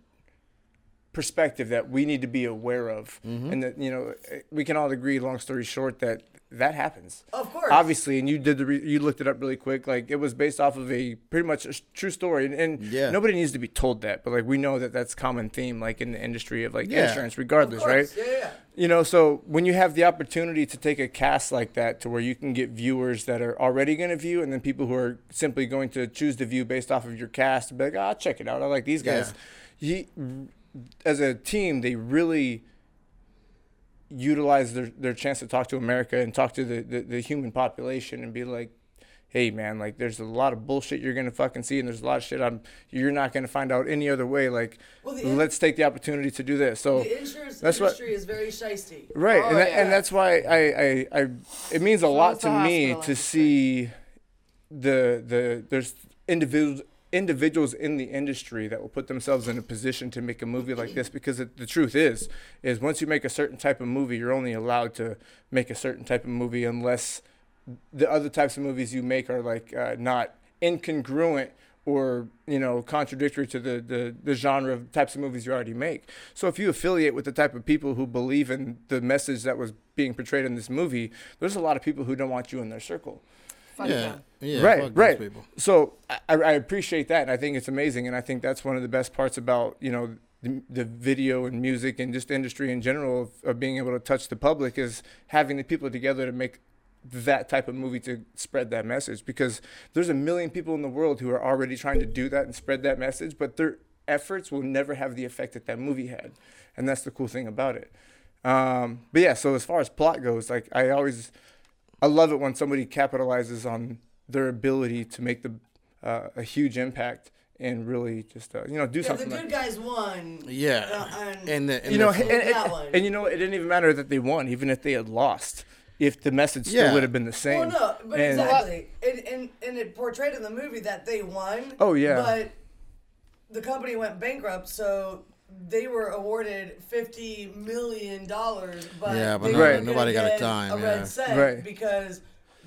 perspective that we need to be aware of, and that you know we can all agree. Long story short, that that happens.
Of course.
Obviously, and you did the re- you looked it up really quick. Like it was based off of a pretty much a s- true story, and, and
Yeah.
nobody needs to be told that, but like we know that that's common theme, like in the industry of like
Yeah.
insurance, regardless,
Of
right?
course, Yeah, yeah.
You know, so when you have the opportunity to take a cast like that to where you can get viewers that are already going to view and then people who are simply going to choose to view based off of your cast and be like, ah, I'll check it out. I like these guys. He, as a team, they really utilize their, their chance to talk to America and talk to the, the, the human population and be like, hey, man, like there's a lot of bullshit you're going to fucking see and there's a lot of shit I'm, you're not going to find out any other way. Like,
Well, the-
let's take the opportunity to do this. So
The insurance
That's what-
industry is very shisty.
Right,
Oh,
and, that,
yeah.
and that's why I, I, I it means a lot
does
to me
the hospital
to
industry.
see the the there's individuals individuals in the industry that will put themselves in a position to make a movie like this because it, the truth is is once you make a certain type of movie you're only allowed to make a certain type of movie unless the other types of movies you make are like uh, not incongruent or you know contradictory to the, the the genre of types of movies you already make. So if you affiliate with the type of people who believe in the message that was being portrayed in this movie, there's a lot of people who don't want you in their circle.
Fuck
Yeah.
them.
Yeah. fuck
right,
those
right.
people.
So I, I appreciate that, and I think it's amazing, and I think that's one of the best parts about you know the, the video and music and just industry in general of, of being able to touch the public is having the people together to make that type of movie to spread that message because there's a million people in the world who are already trying to do that and spread that message, but their efforts will never have the effect that that movie had, and that's the cool thing about it. Um, but yeah, so as far as plot goes, like I always, I love it when somebody capitalizes on their ability to make the uh, a huge impact and really just uh, you know do
Yeah, the
something.
good
like,
guys won.
Yeah.
Uh, and,
And the and
you know,
the,
and, and-
That one.
and you know, it didn't even matter that they won, even if they had lost. If the message
Yeah.
still would have been the same.
well, no, but
And-
exactly. And, and, and it portrayed in the movie that they won.
Oh, yeah.
But the company went bankrupt, so they were awarded $50 million. But
Yeah, but
they
no-
weren't
Right.
nobody
gonna
got a
get
dime,
A
yeah.
red cent
Right.
Because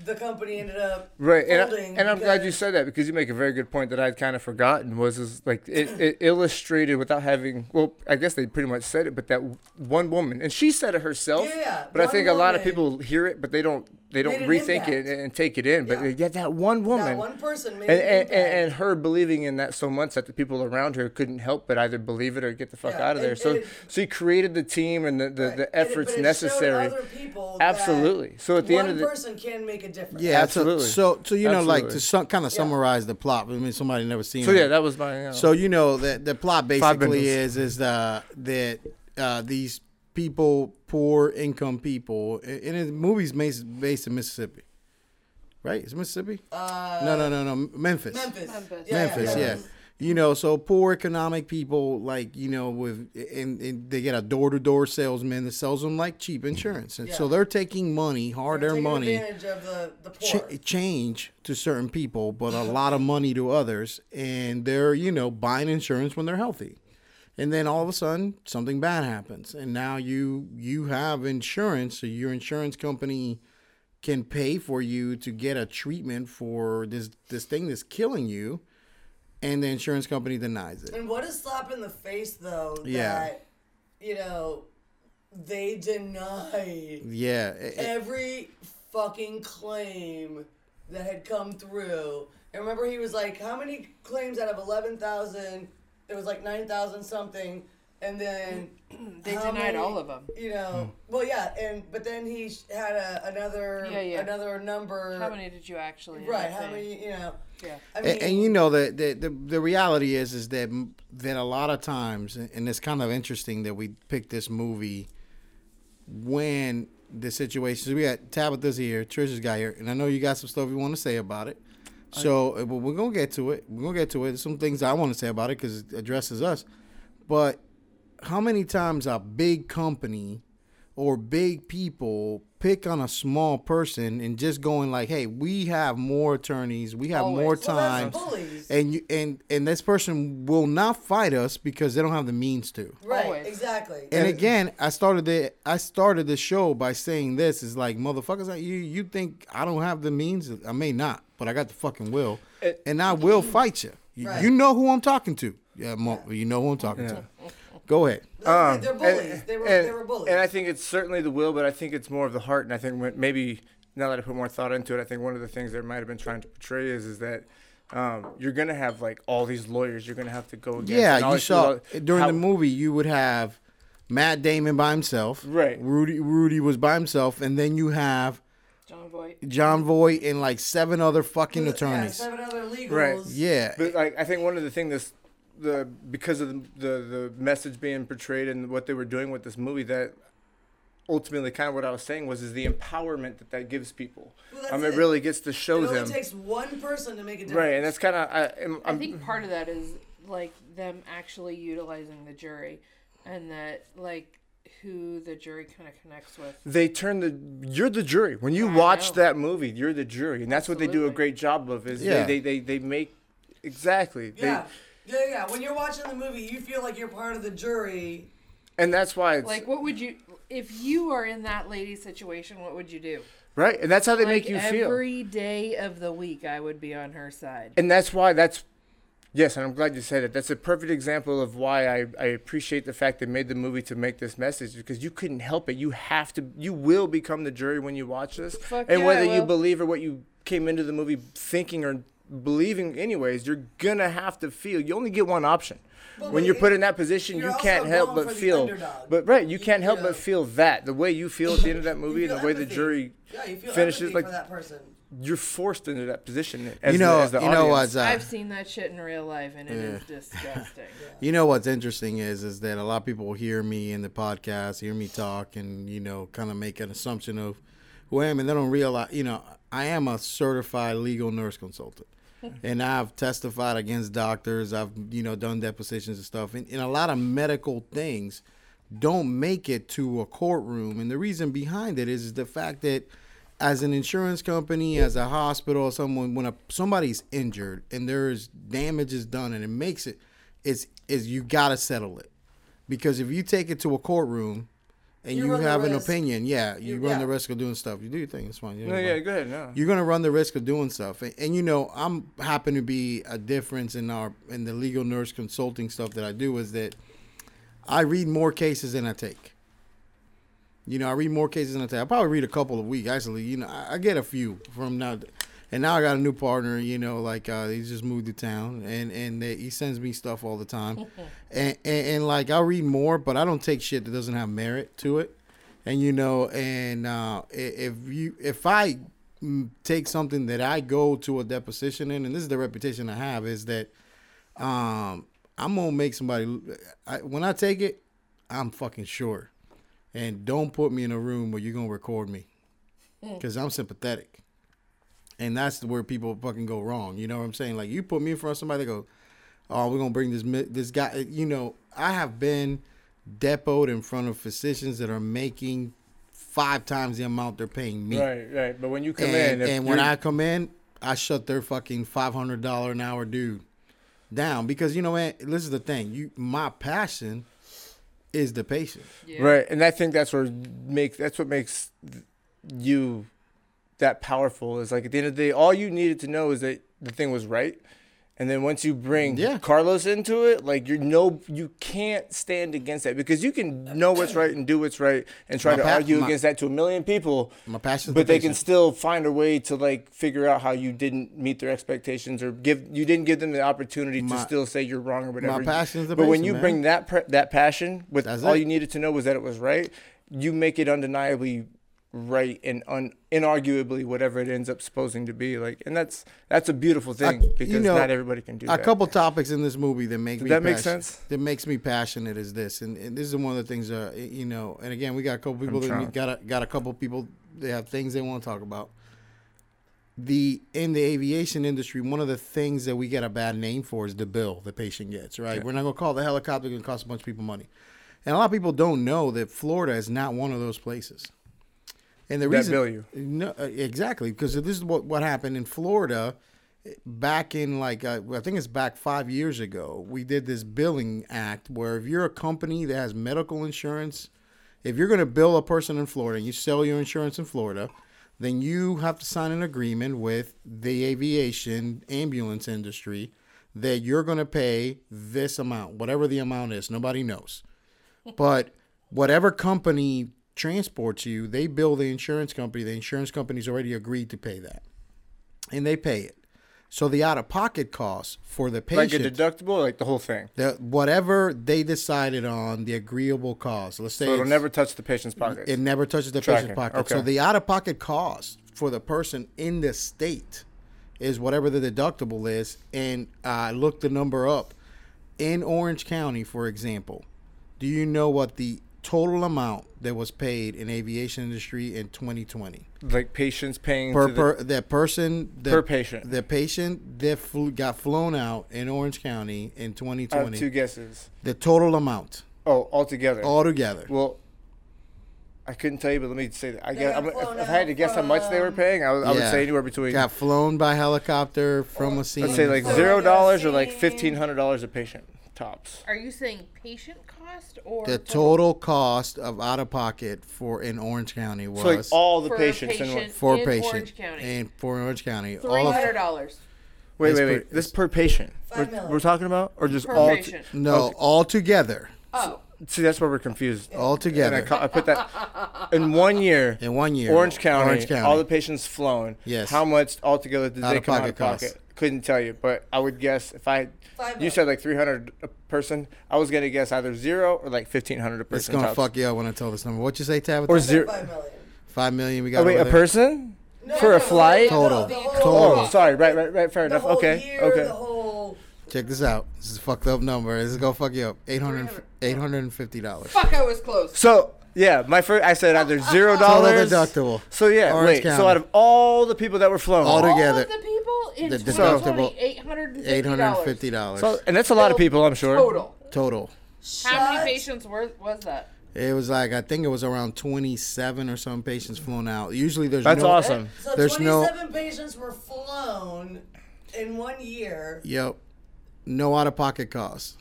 the company ended up
Right, and, I,
folding
and I'm glad you
because-
said that because you make a very good point that I'd kind of forgotten was is like
<laughs>
it, it illustrated without having well I guess they pretty much said it but that w- one woman and she said it herself
Yeah,
but I
one
think a lot of
woman.
people hear it but they don't they don't
an
rethink it
impact.
and, and take it in but
Yeah.
yeah, that one woman
That one person made
and,
an
and, and,
impact.
and her believing in that so much that the people around her couldn't help but either believe it or get the fuck
Yeah,
out of there
and-
so
and it-
she created the team and the, the,
Right.
the
And it-
efforts
but it showed
necessary
other people that
Absolutely. So at the end
one
of the-
person can make a difference.
yeah, so-
Absolutely.
So, so, you know, like to
Absolutely.
some, kind of summarize the plot. I mean, somebody never seen.
so
it.
yeah that was my uh,
So you know that the plot basically
benders.
is is uh, that uh, these people, poor income people, a- and the movie's based, based in Mississippi, right? Is it Mississippi? Uh, no, no, no, no. Memphis.
Memphis.
Memphis.
Yeah,
Memphis, yeah. You know, so poor economic people, like you know, with and, and they get a door to door salesman that sells them like cheap insurance, and so
Yeah.
they're taking money, hard earned
Taking
money,
Advantage of the, the poor.
ch- change to certain people, but a lot of money to others, and they're you know buying insurance when they're healthy, and then all of a sudden something bad happens, and now you you have insurance, so your insurance company can pay for you to get a treatment for this this thing that's killing you, and the insurance company denies it.
And what a slap in the face, though.
Yeah.
That, you know, they deny
Yeah, it- it-
every fucking claim that had come through. And remember, he was like, how many claims out of 11,000? It was like 9,000 something. And then
<clears throat> They
how
denied
many-
all of them.
You know,
Hmm.
well, yeah, and but then he sh- had a, another
Yeah, yeah.
another number.
How many did you actually? end
Uh, Right?
up
How
paying?
many? You know.
Yeah.
I mean,
and, and you know that the, the the reality is is that m- that a lot of times and it's kind of interesting that we picked this movie when the situations we got Tabitha's here, Trisha's got here, and I know you got some stuff you want to say about it. So uh, but we're gonna get to it. We're gonna get to it. There's some things I want to say about it because it addresses us. But how many times a big company or big people pick on a small person and just going like, "Hey, we have more attorneys, we have more
Always.
Well,
time,"
that's bullies.
and you and and this person will not fight us because they don't have the means to.
Right,
Always.
exactly.
And again, I started the I started the show by saying this is like motherfuckers, like you you think I don't have the means? I may not, but I got the fucking will,
It-
and I will fight you. You,
Uh, Right.
you know who I'm talking to? Yeah, Mo, you know who I'm talking to. Go ahead.
That's right, they're bullies.
um, And-
they were
and,
they were bullies.
And I think it's certainly the will, but I think it's more of the heart. And I think when- maybe now that I put more thought into it, I think one of the things they might have been trying to portray is is that um, you're gonna have like all these lawyers. You're gonna have to go against. and all
Yeah, you
these
saw
people-
during
how-
the movie. You would have Matt Damon by himself.
Right.
Rudy Rudy was by himself, and then you have
John Voight.
John Voight and like seven other fucking
Yeah,
attorneys.
seven other legals.
Right.
Yeah.
But like, I think one of the things that's the because of the, the the message being portrayed and what they were doing with this movie that ultimately kind of what I was saying was is the empowerment that that gives people.
Well, that's
I mean, it
it.
really gets to
It
show
only
them.
takes one person to make a difference.
Right, and that's kind of I, I'm,
I think part of that is like them actually utilizing the jury, and that like who the jury kind of connects with.
they turn the you're the jury when you
I
watch
know.
that movie you're the jury and that's what they do a
Absolutely.
great job of is
Yeah.
they, they, they, they make exactly
Yeah. Yeah, yeah. When you're watching the movie, you feel like you're part of the jury.
they, and that's why it's
Like, what would you if you are in that lady situation? What would you do?
right and that's how they
like
make you feel
every day of the week, I would be on her side.
and that's why that's yes and i'm glad you said it that's a perfect example of why I, I appreciate the fact they made the movie to make this message because you couldn't help it you have to you will become the jury when you watch this
Fuck
and
yeah, I
whether you
will.
believe or what you came into the movie thinking or believing anyways you're gonna have to feel you only get one option
But
when
wait,
you're put
it-
in that position
you're
you
also
can't help
going
but
for the
feel
underdog.
but right you
You-
can't
you
help
know.
but feel that the way you feel at the end of that movie
<laughs> You
and the
feel
way the
empathy.
jury
Yeah, you feel
finishes
empathy
like
for that person.
you're forced into that position as
you know,
the, as the
you
audience.
know what's uh,
I've seen that shit in real life, and it is disgusting.
<laughs>
You know what's interesting is is that a lot of people hear me in the podcast, hear me talk, and you know, kind of make an assumption of who I am, and they don't realize, you know, I am a certified legal nurse consultant, and I've testified against doctors. I've you know done depositions and stuff, and, and a lot of medical things don't make it to a courtroom, and the reason behind it is the fact that as an insurance company, as a hospital, someone when a, somebody's injured and there's damage is done and it makes it, is is you gotta settle it, because if you take it to a courtroom, and
You
you,
run the
have an
risk.
opinion, yeah, you
You-
run the
yeah.
risk of doing stuff. You do your thing, it's fine.
no yeah go ahead no
You're gonna run the risk of doing stuff, and, and you know I'm happen to be a difference in our in the legal nurse consulting stuff that I do is that I read more cases than I take. You know, I read more cases than I take. I probably read a couple a week. Actually, you know, I, I get a few from now. And now I got a new partner. You know, like uh, he just moved to town, and and they, he sends me stuff all the time, and, and and like I read more, but I don't take shit that doesn't have merit to it. And you know, and uh, i- if you if I mm, take something that I go to a deposition in, and this is the reputation I have is that um, I'm gonna make somebody. I, when I take it, I'm fucking sure. And don't put me in a room where you're gonna record me, because I'm sympathetic. And that's where people fucking go wrong. You know what I'm saying? Like you put me in front of somebody, they go, "Oh, we're gonna bring this mi- this guy." You know, I have been depoed in front of physicians that are making five times the amount they're paying me.
Right, right. But when you come in,
and,
if
and when
you're-
I come in, I shut their fucking five hundred dollar an hour dude down because you know what? This is the thing. You, my passion is the patient.
Yeah.
right, and I think that's where make that's what makes th- you that powerful is like at the end of the day, all you needed to know is that the thing was right, and then once you bring
Yeah.
Carlos into it, like you're no, you can't stand against that because you can know what's right and do what's right and try
My
to
pa-
argue
my-
against that to a million people.
My passion.
but they can still find a way to like figure out how you didn't meet their expectations or give you didn't give them the opportunity
My-
to still say you're wrong or whatever.
passion's the
but when
passion,
you
man.
bring that pre- that passion with
That's
all
it.
you needed to know was that it was right, you make it undeniably right and un- inarguably whatever it ends up supposing to be like and that's that's a beautiful thing because
know,
not everybody can do
a
that.
couple topics in this movie that make me
that make
passion-
sense?
That makes me passionate is this, and, and this is one of the things that you know. And again, we got a couple people that
trying.
got a, got a couple people that have things they want to talk about. The in the aviation industry, one of the things that we get a bad name for is the bill the patient gets. Right, we're not gonna call the helicopter gonna cost a bunch of people money, and a lot of people don't know that Florida is not one of those places And the
That
reason
bill you.
no, uh, exactly because this is what what happened in Florida back in like uh, I think it's back five years ago. We did this billing act where if you're a company that has medical insurance, if you're going to bill a person in Florida, you sell your insurance in Florida, then you have to sign an agreement with the aviation ambulance industry that you're going to pay this amount, whatever the amount is. Nobody knows but whatever company transports you, they bill the insurance company. The insurance company's already agreed to pay that, and they pay it. So the out-of-pocket costs for the
Like
patient,
a deductible, like the whole thing.
the, whatever they decided on, the agreeable cost. Let's say
So it'll
it's-
never touch the patient's pocket.
it never touches the
Tracking,
patient's pocket. So
okay.
the out-of-pocket cost for the person in the state is whatever the deductible is. And I looked the number up. In Orange County, for example, do you know what the total amount that was paid in aviation industry in 2020
like patients paying
per
to the-
per that person that,
Per patient.
the patient that flew, got flown out in Orange County
I
in
have
2020
two guesses.
the total amount
Oh, altogether.
altogether
well, I couldn't tell you, but let me say that. I guess
got
I'm, if,
flown
if I had to
out
guess how much they were
from-
paying, I, would- I would
Yeah.
say anywhere between
got flown by helicopter from a scene
let's say like
So
zero
like a
dollars or like
scene-
fifteen hundred dollars a patient tops.
Are you saying patient cost or
The total cost of out of pocket for in Orange County was
So like all the
For a
patients in one.
patient.
for
in
patient
Orange County.
and for Orange County.
three
All
hundred
of
dollars?
Wait,
It's
wait,
per-
wait. This per patient.
Five
We're,
million.
we're talking about or just
Per
all? t-
patient.
no, all together,
Oh,
See, that's where we're confused.
all
And I,
together
ca- I put that
<laughs>
in one year.
in one year.
Orange County,
Orange County.
all the patients flown.
Yes.
How much altogether did they come out
Out-of-pocket
of pocket?
costs.
Couldn't tell you, but I would guess if I, you
Five million.
said like three hundred a person. I was gonna guess either zero or like fifteen hundred a person.
it's gonna
tops.
fuck you up when I tell this number. What you say, Tabitha?
Or zero.
Five million.
Five million. We got
Oh, wait, a
over there.
person
No,
for
no,
a
no,
flight.
no,
Total.
the whole-
Total.
Oh, sorry. Right, right, right. Fair
The
enough.
whole
Okay,
year,
okay.
The whole.
Check this out. This is a fucked up number. This is gonna fuck you up. 800, dollars.
fuck! I was close.
So yeah, my first I said either
<laughs>
zero
Total
dollars
deductible.
So yeah,
Orange
wait.
County.
So out of all the people that were flown,
All
All
together.
of the people in
The
2020,
deductible-
eight hundred and
Eight
fifty
hundred and fifty
dollars
dollars
so, and that's a lot of people, I'm sure.
total.
total.
How many
Shut
patients were was that?
It was like I think it was around twenty-seven or some patients flown out. Usually there's
That's
no,
awesome.
So
There's no-
27 patients were flown in one year.
Yep, no out-of-pocket costs.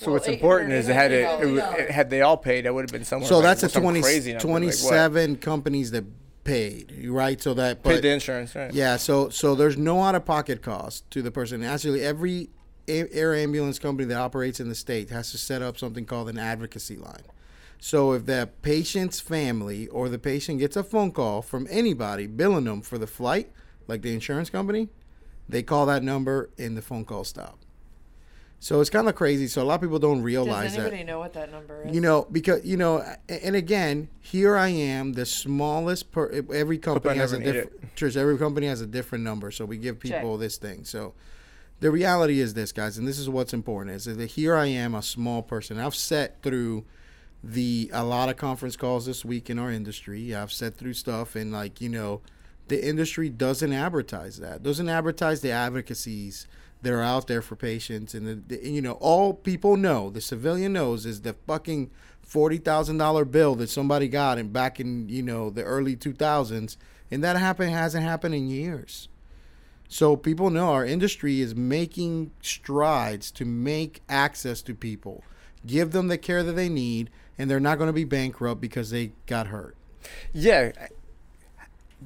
So
Well,
what's important is it had it, it,
$850.
wa- it had they all paid, that would have been somewhere.
So
like,
that's a
some
20,
crazy number, like, what?
27 companies that paid, right? So that
paid
but,
the insurance, right?
yeah, so so there's no out of pocket cost to the person. Actually, every a- air ambulance company that operates in the state has to set up something called an advocacy line. So if the patient's family or the patient gets a phone call from anybody billing them for the flight, like the insurance company, they call that number and the phone call stop. So it's kind of crazy. So a lot of people don't realize
Does
that.
anybody know what that number is?
You know, because you know, a- and again, here I am, the smallest. Per, every company has a
never need it.
different. Church, every company has a different number, so we give people this thing. So, the reality is this, guys, and this is what's important: is that here I am, a small person. I've sat through the a lot of conference calls this week in our industry. I've sat through stuff, and like you know, the industry doesn't advertise that. Doesn't advertise the advocacies that are out there for patients, and the, the, you know, all people know, the civilian knows, is the fucking forty thousand dollar bill that somebody got in back in you know the early two thousands, and that happened hasn't happened in years. So people know our industry is making strides to make access to people, give them the care that they need, and they're not going to be bankrupt because they got hurt.
yeah,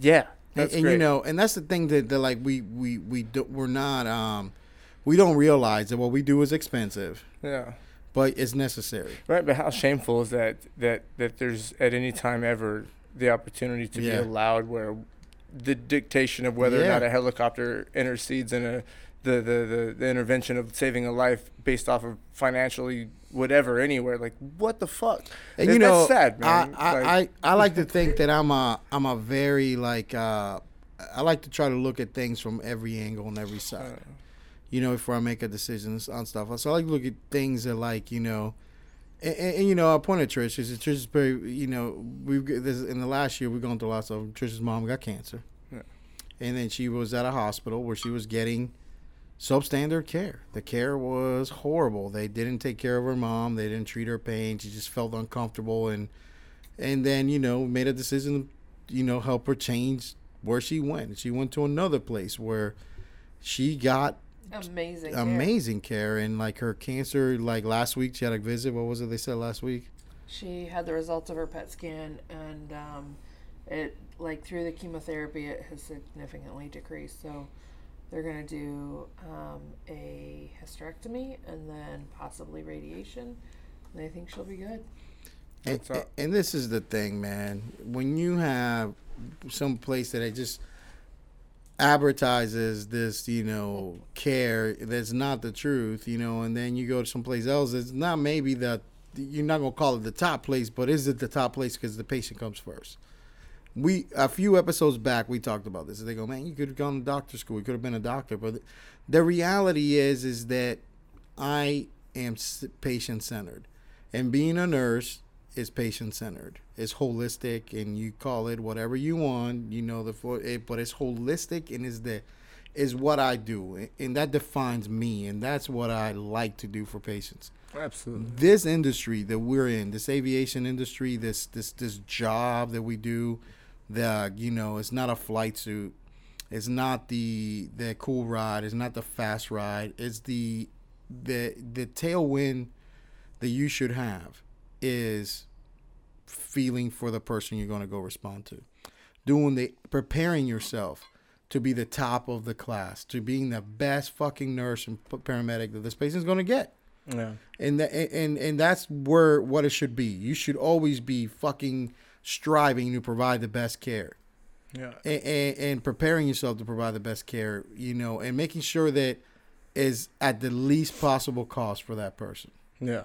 yeah. That's
and, and,
great.
you know, and that's the thing that, that like we we we do, we're not um we don't realize that what we do is expensive,
yeah,
but it's necessary.
right. But how shameful is that? That that there's at any time ever the opportunity to
Yeah.
be allowed where the dictation of whether
Yeah.
or not a helicopter intercedes in a the, the, the, the intervention of saving a life based off of financially whatever anywhere like what the fuck
And
That-
you know,
that's sad man
I, I,
Like-
I, I like to think that I'm a I'm a very like uh, I like to try to look at things from every angle and every side.
Uh.
You know, before I make a decision on stuff, so I like to look at things that like you know, and, and, and, you know, our point of Trish is that Trish is very you know we've got this in the last year we've gone through lots of them. Trish's mom got cancer,
Yeah.
and then she was at a hospital where she was getting substandard care. The care was horrible. They didn't take care of her mom. They didn't treat her pain. She just felt uncomfortable and and then you know made a decision you know, help her change where she went. She went to another place where she got
Amazing. hair.
amazing care and like her cancer like last week she had a visit what was it they said last week
She had the results of her PET scan, and um, it like through the chemotherapy, it has significantly decreased. So they're gonna do um, a hysterectomy and then possibly radiation. And they think she'll be good.
and,
What's up?
and this is the thing man when you have some place that it just advertises this you know care that's not the truth you know and then you go to someplace else it's not maybe the you're not gonna call it the top place but is it the top place because the patient comes first we a few episodes back we talked about this. They go, man, you could have gone to doctor school. You could have been a doctor, but th- the reality is is that I am patient centered, and being a nurse is patient centered. It's holistic, and you call it whatever you want. You know the for it, but it's holistic and is the is what I do, and- and that defines me, and that's what I like to do for patients
Absolutely.
this industry that we're in, this aviation industry, this this this job that we do, the you know, it's not a flight suit, it's not the the cool ride, it's not the fast ride, it's the the the tailwind that you should have is feeling for the person you're going to go respond to doing the preparing yourself to be the top of the class to being the best fucking nurse and p- paramedic that this patient's going to get
Yeah.
and tha- and and that's where what it should be. You should always be fucking striving to provide the best care
Yeah.
and, and, and preparing yourself to provide the best care, you know, and making sure that is at the least possible cost for that person.
Yeah.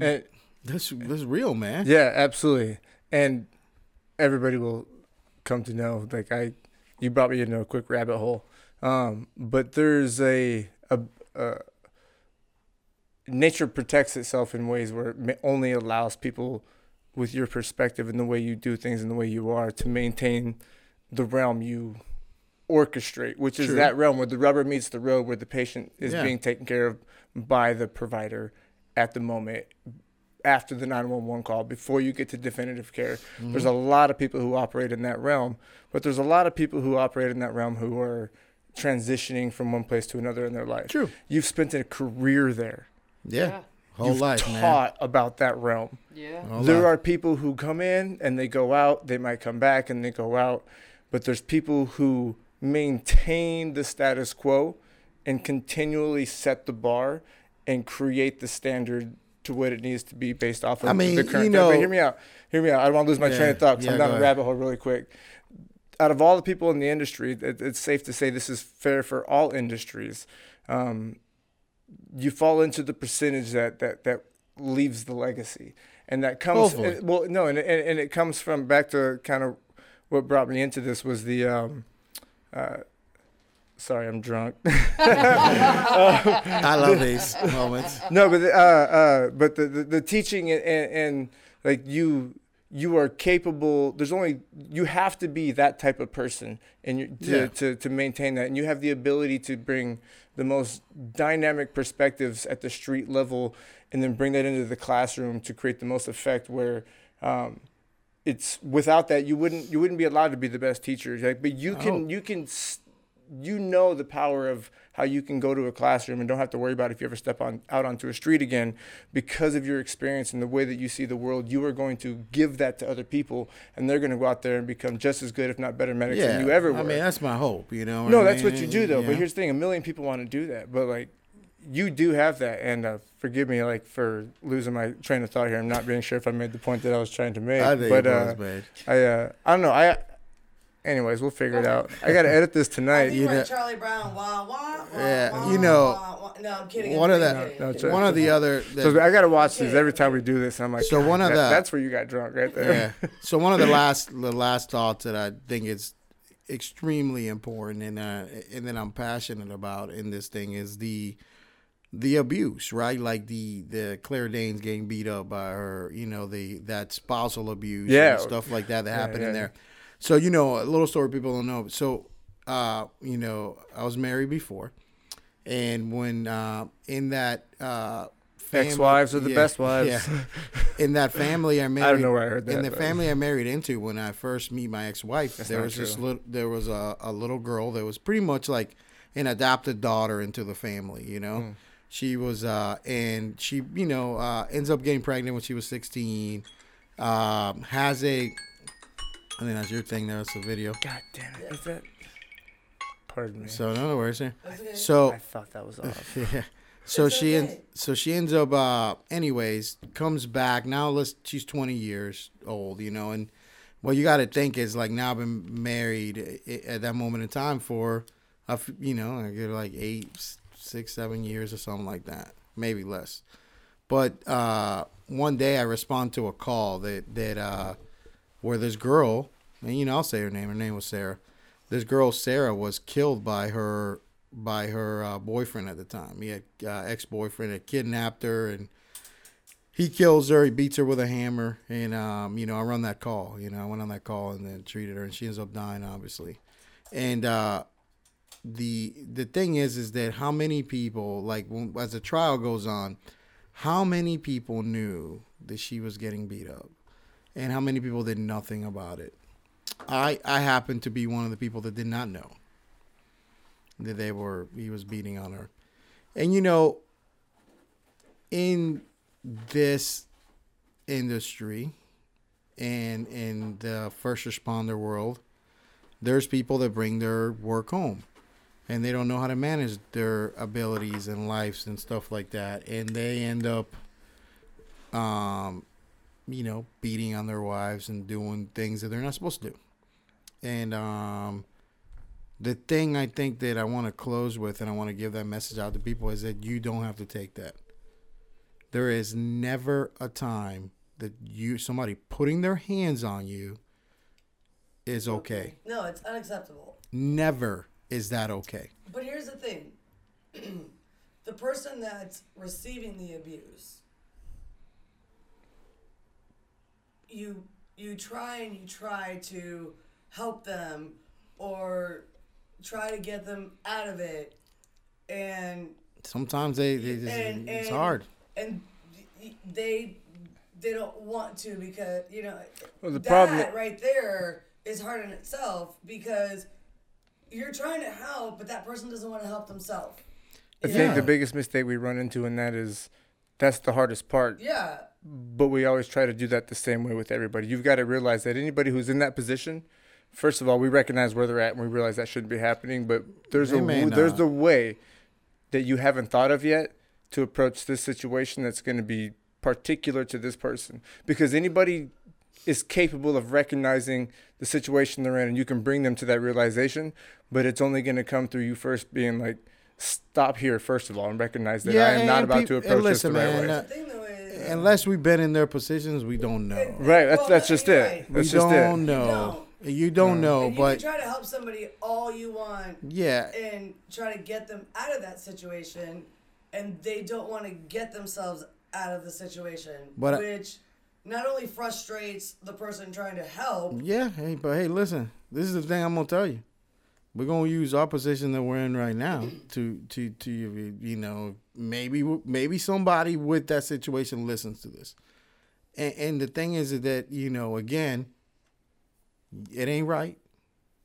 And,
That's that's real, man.
yeah, absolutely. And everybody will come to know. Like I, you brought me into a quick rabbit hole. Um, but there's a, a, a nature protects itself in ways where it ma- only allows people with your perspective and the way you do things and the way you are to maintain the realm you orchestrate, which is
True.
that realm where the rubber meets the road, where the patient is
Yeah.
being taken care of by the provider at the moment after the 911 call before you get to definitive care.
Mm-hmm.
There's a lot of people who operate in that realm, but there's a lot of people who operate in that realm who are transitioning from one place to another in their life.
True.
You've spent a career there.
Yeah.
Yeah.
Whole
You've
life, man.
taught about that realm.
Yeah.
Whole
there
life.
are people who come in and they go out, they might come back and they go out, but there's people who maintain the status quo and continually set the bar and create the standard to what it needs to be based off of
I mean,
the current
you know-
but hear me out. Hear me out. I don't want to lose my train
Yeah,
of thought 'cause
yeah,
I'm down
go
a
ahead.
rabbit hole really quick. Out of all the people in the industry, it, it's safe to say this is fair for all industries. Um, you fall into the percentage that that that leaves the legacy, and that comes
Hopefully.
it- well. No, and, and and it comes from back to kind of what brought me into this was the. Um, uh, sorry, I'm drunk. <laughs>
I love these
<laughs>
moments.
no, but the, uh, uh, but the, the the teaching and, and and like you you are capable. There's only you have to be that type of person, and you to,
Yeah.
to to maintain that, and you have the ability to bring the most dynamic perspectives at the street level, and then bring that into the classroom to create the most effect where. Um, it's without that you wouldn't you wouldn't be allowed to be the best teacher like but you can
Oh.
you can s- you know the power of how you can go to a classroom and don't have to worry about if you ever step on out onto a street again because of your experience and the way that you see the world you are going to give that to other people and they're going to go out there and become just as good if not better medics
Yeah.
than you ever were
I mean, that's my hope, you know.
no
I
that's
mean?
what you do though
Yeah.
but here's the thing a million people want to do that but like you do have that and uh, forgive me like for losing my train of thought here i'm not being sure if i made the point that i was trying to make
I think
but
it
uh,
was, man.
I uh, I don't know. I anyways, we'll figure it out. I gotta edit this
I
tonight.
think you
know-
like Charlie Brown. Wah, wah, wah,
Yeah,
wah,
you know,
wah, wah. No, I'm kidding.
one
I'm
of the
kidding.
No, it's all
one of the other that-
So I gotta watch these every time we do this. And I'm like,
So
"God,
one of
that-
the-
that's where you got drunk right <laughs> there.
yeah. <laughs> So one of the last the last thoughts that I think is extremely important and uh, and that I'm passionate about in this thing is the the abuse, right? Like the the Claire Danes getting beat up by her, you know, the that spousal abuse
Yeah.
and stuff like that that happened
yeah.
in there. So you know, a little story people don't know. So uh, you know, I was married before and when uh, in that uh, family-
Ex-wives are the
yeah,
best wives. <laughs>
<laughs> yeah. In that family I married,
know where <laughs> I heard
In
that,
the
but-
family I married into, when I first meet my ex-wife, there
not
was this
true.
little, there was a, a little girl that was pretty much like an adopted daughter into the family. You know,
Hmm.
she was, uh, and she, you know, uh, ends up getting pregnant when she was sixteen. Um, has a, I think that's your thing. there. That's the video.
God damn it! Is that? Pardon me.
So in other words, yeah.
That's okay.
so
I thought that
<laughs>
was off.
yeah. So
It's
she
okay.
en- so she ends up uh anyways comes back now let's she's 20 years old you know and what you got to think is like now I've been married i- at that moment in time for a f- you know I get like eight s- six seven years or something like that maybe less but uh one day I respond to a call that that uh where this girl, and you know, I'll say her name. Her name was Sarah. This girl, Sarah, was killed by her by her uh, boyfriend at the time. He had uh, ex boyfriend had kidnapped her, and he kills her. He beats her with a hammer, and um, you know, I run that call. You know, I went on that call and then treated her, and she ends up dying, obviously. And uh, the the thing is, is that how many people, like when, as the trial goes on, how many people knew that she was getting beat up? and how many people did nothing about it. I I happened to be one of the people that did not know that they were he was beating on her. And you know in this industry and in the first responder world, there's people that bring their work home and they don't know how to manage their abilities and lives and stuff like that and they end up um you know, beating on their wives and doing things that they're not supposed to do. And um, the thing I think that I want to close with and I want to give that message out to people is that you don't have to take that. There is never a time that you somebody putting their hands on you is okay.
No, it's unacceptable.
Never is that okay.
But here's the thing <clears throat> the person that's receiving the abuse, you you try and you try to help them or try to get them out of it and
Sometimes they, they just,
and,
it's
and-
hard.
and they they don't want to because you know
Well, the
that
problem-
right there is hard in itself because you're trying to help but that person doesn't want to help themselves
I
Yeah.
think the biggest mistake we run into in that is that's the hardest part.
yeah
But we always try to do that the same way with everybody. You've got to realize that anybody who's in that position, first of all, we recognize where they're at and we realize that shouldn't be happening. But there's
They
a
may
w- there's
not.
the way that you haven't thought of yet to approach this situation that's going to be particular to this person because anybody is capable of recognizing the situation they're in and you can bring them to that realization but it's only going to come through you first being like stop here first of all and recognize that i am not about
peop-
to
and
approach
listen,
this the right
man,
way
uh,
the thing though is
unless we've been in their positions, we don't know.
right that's,
well,
that's just
anyway,
it that's
you
just
don't
it
know. You don't know,
you
but
can try to help somebody all you want
yeah,
and try to get them out of that situation and they don't want to get themselves out of the situation
But I-
which not only frustrates the person trying to help
yeah. Hey, but hey, listen. This is the thing I'm gonna tell you. We're gonna use our position that we're in right
<clears throat>
now to to to you know maybe maybe somebody with that situation listens to this. And, and the thing is that you know again, it ain't right.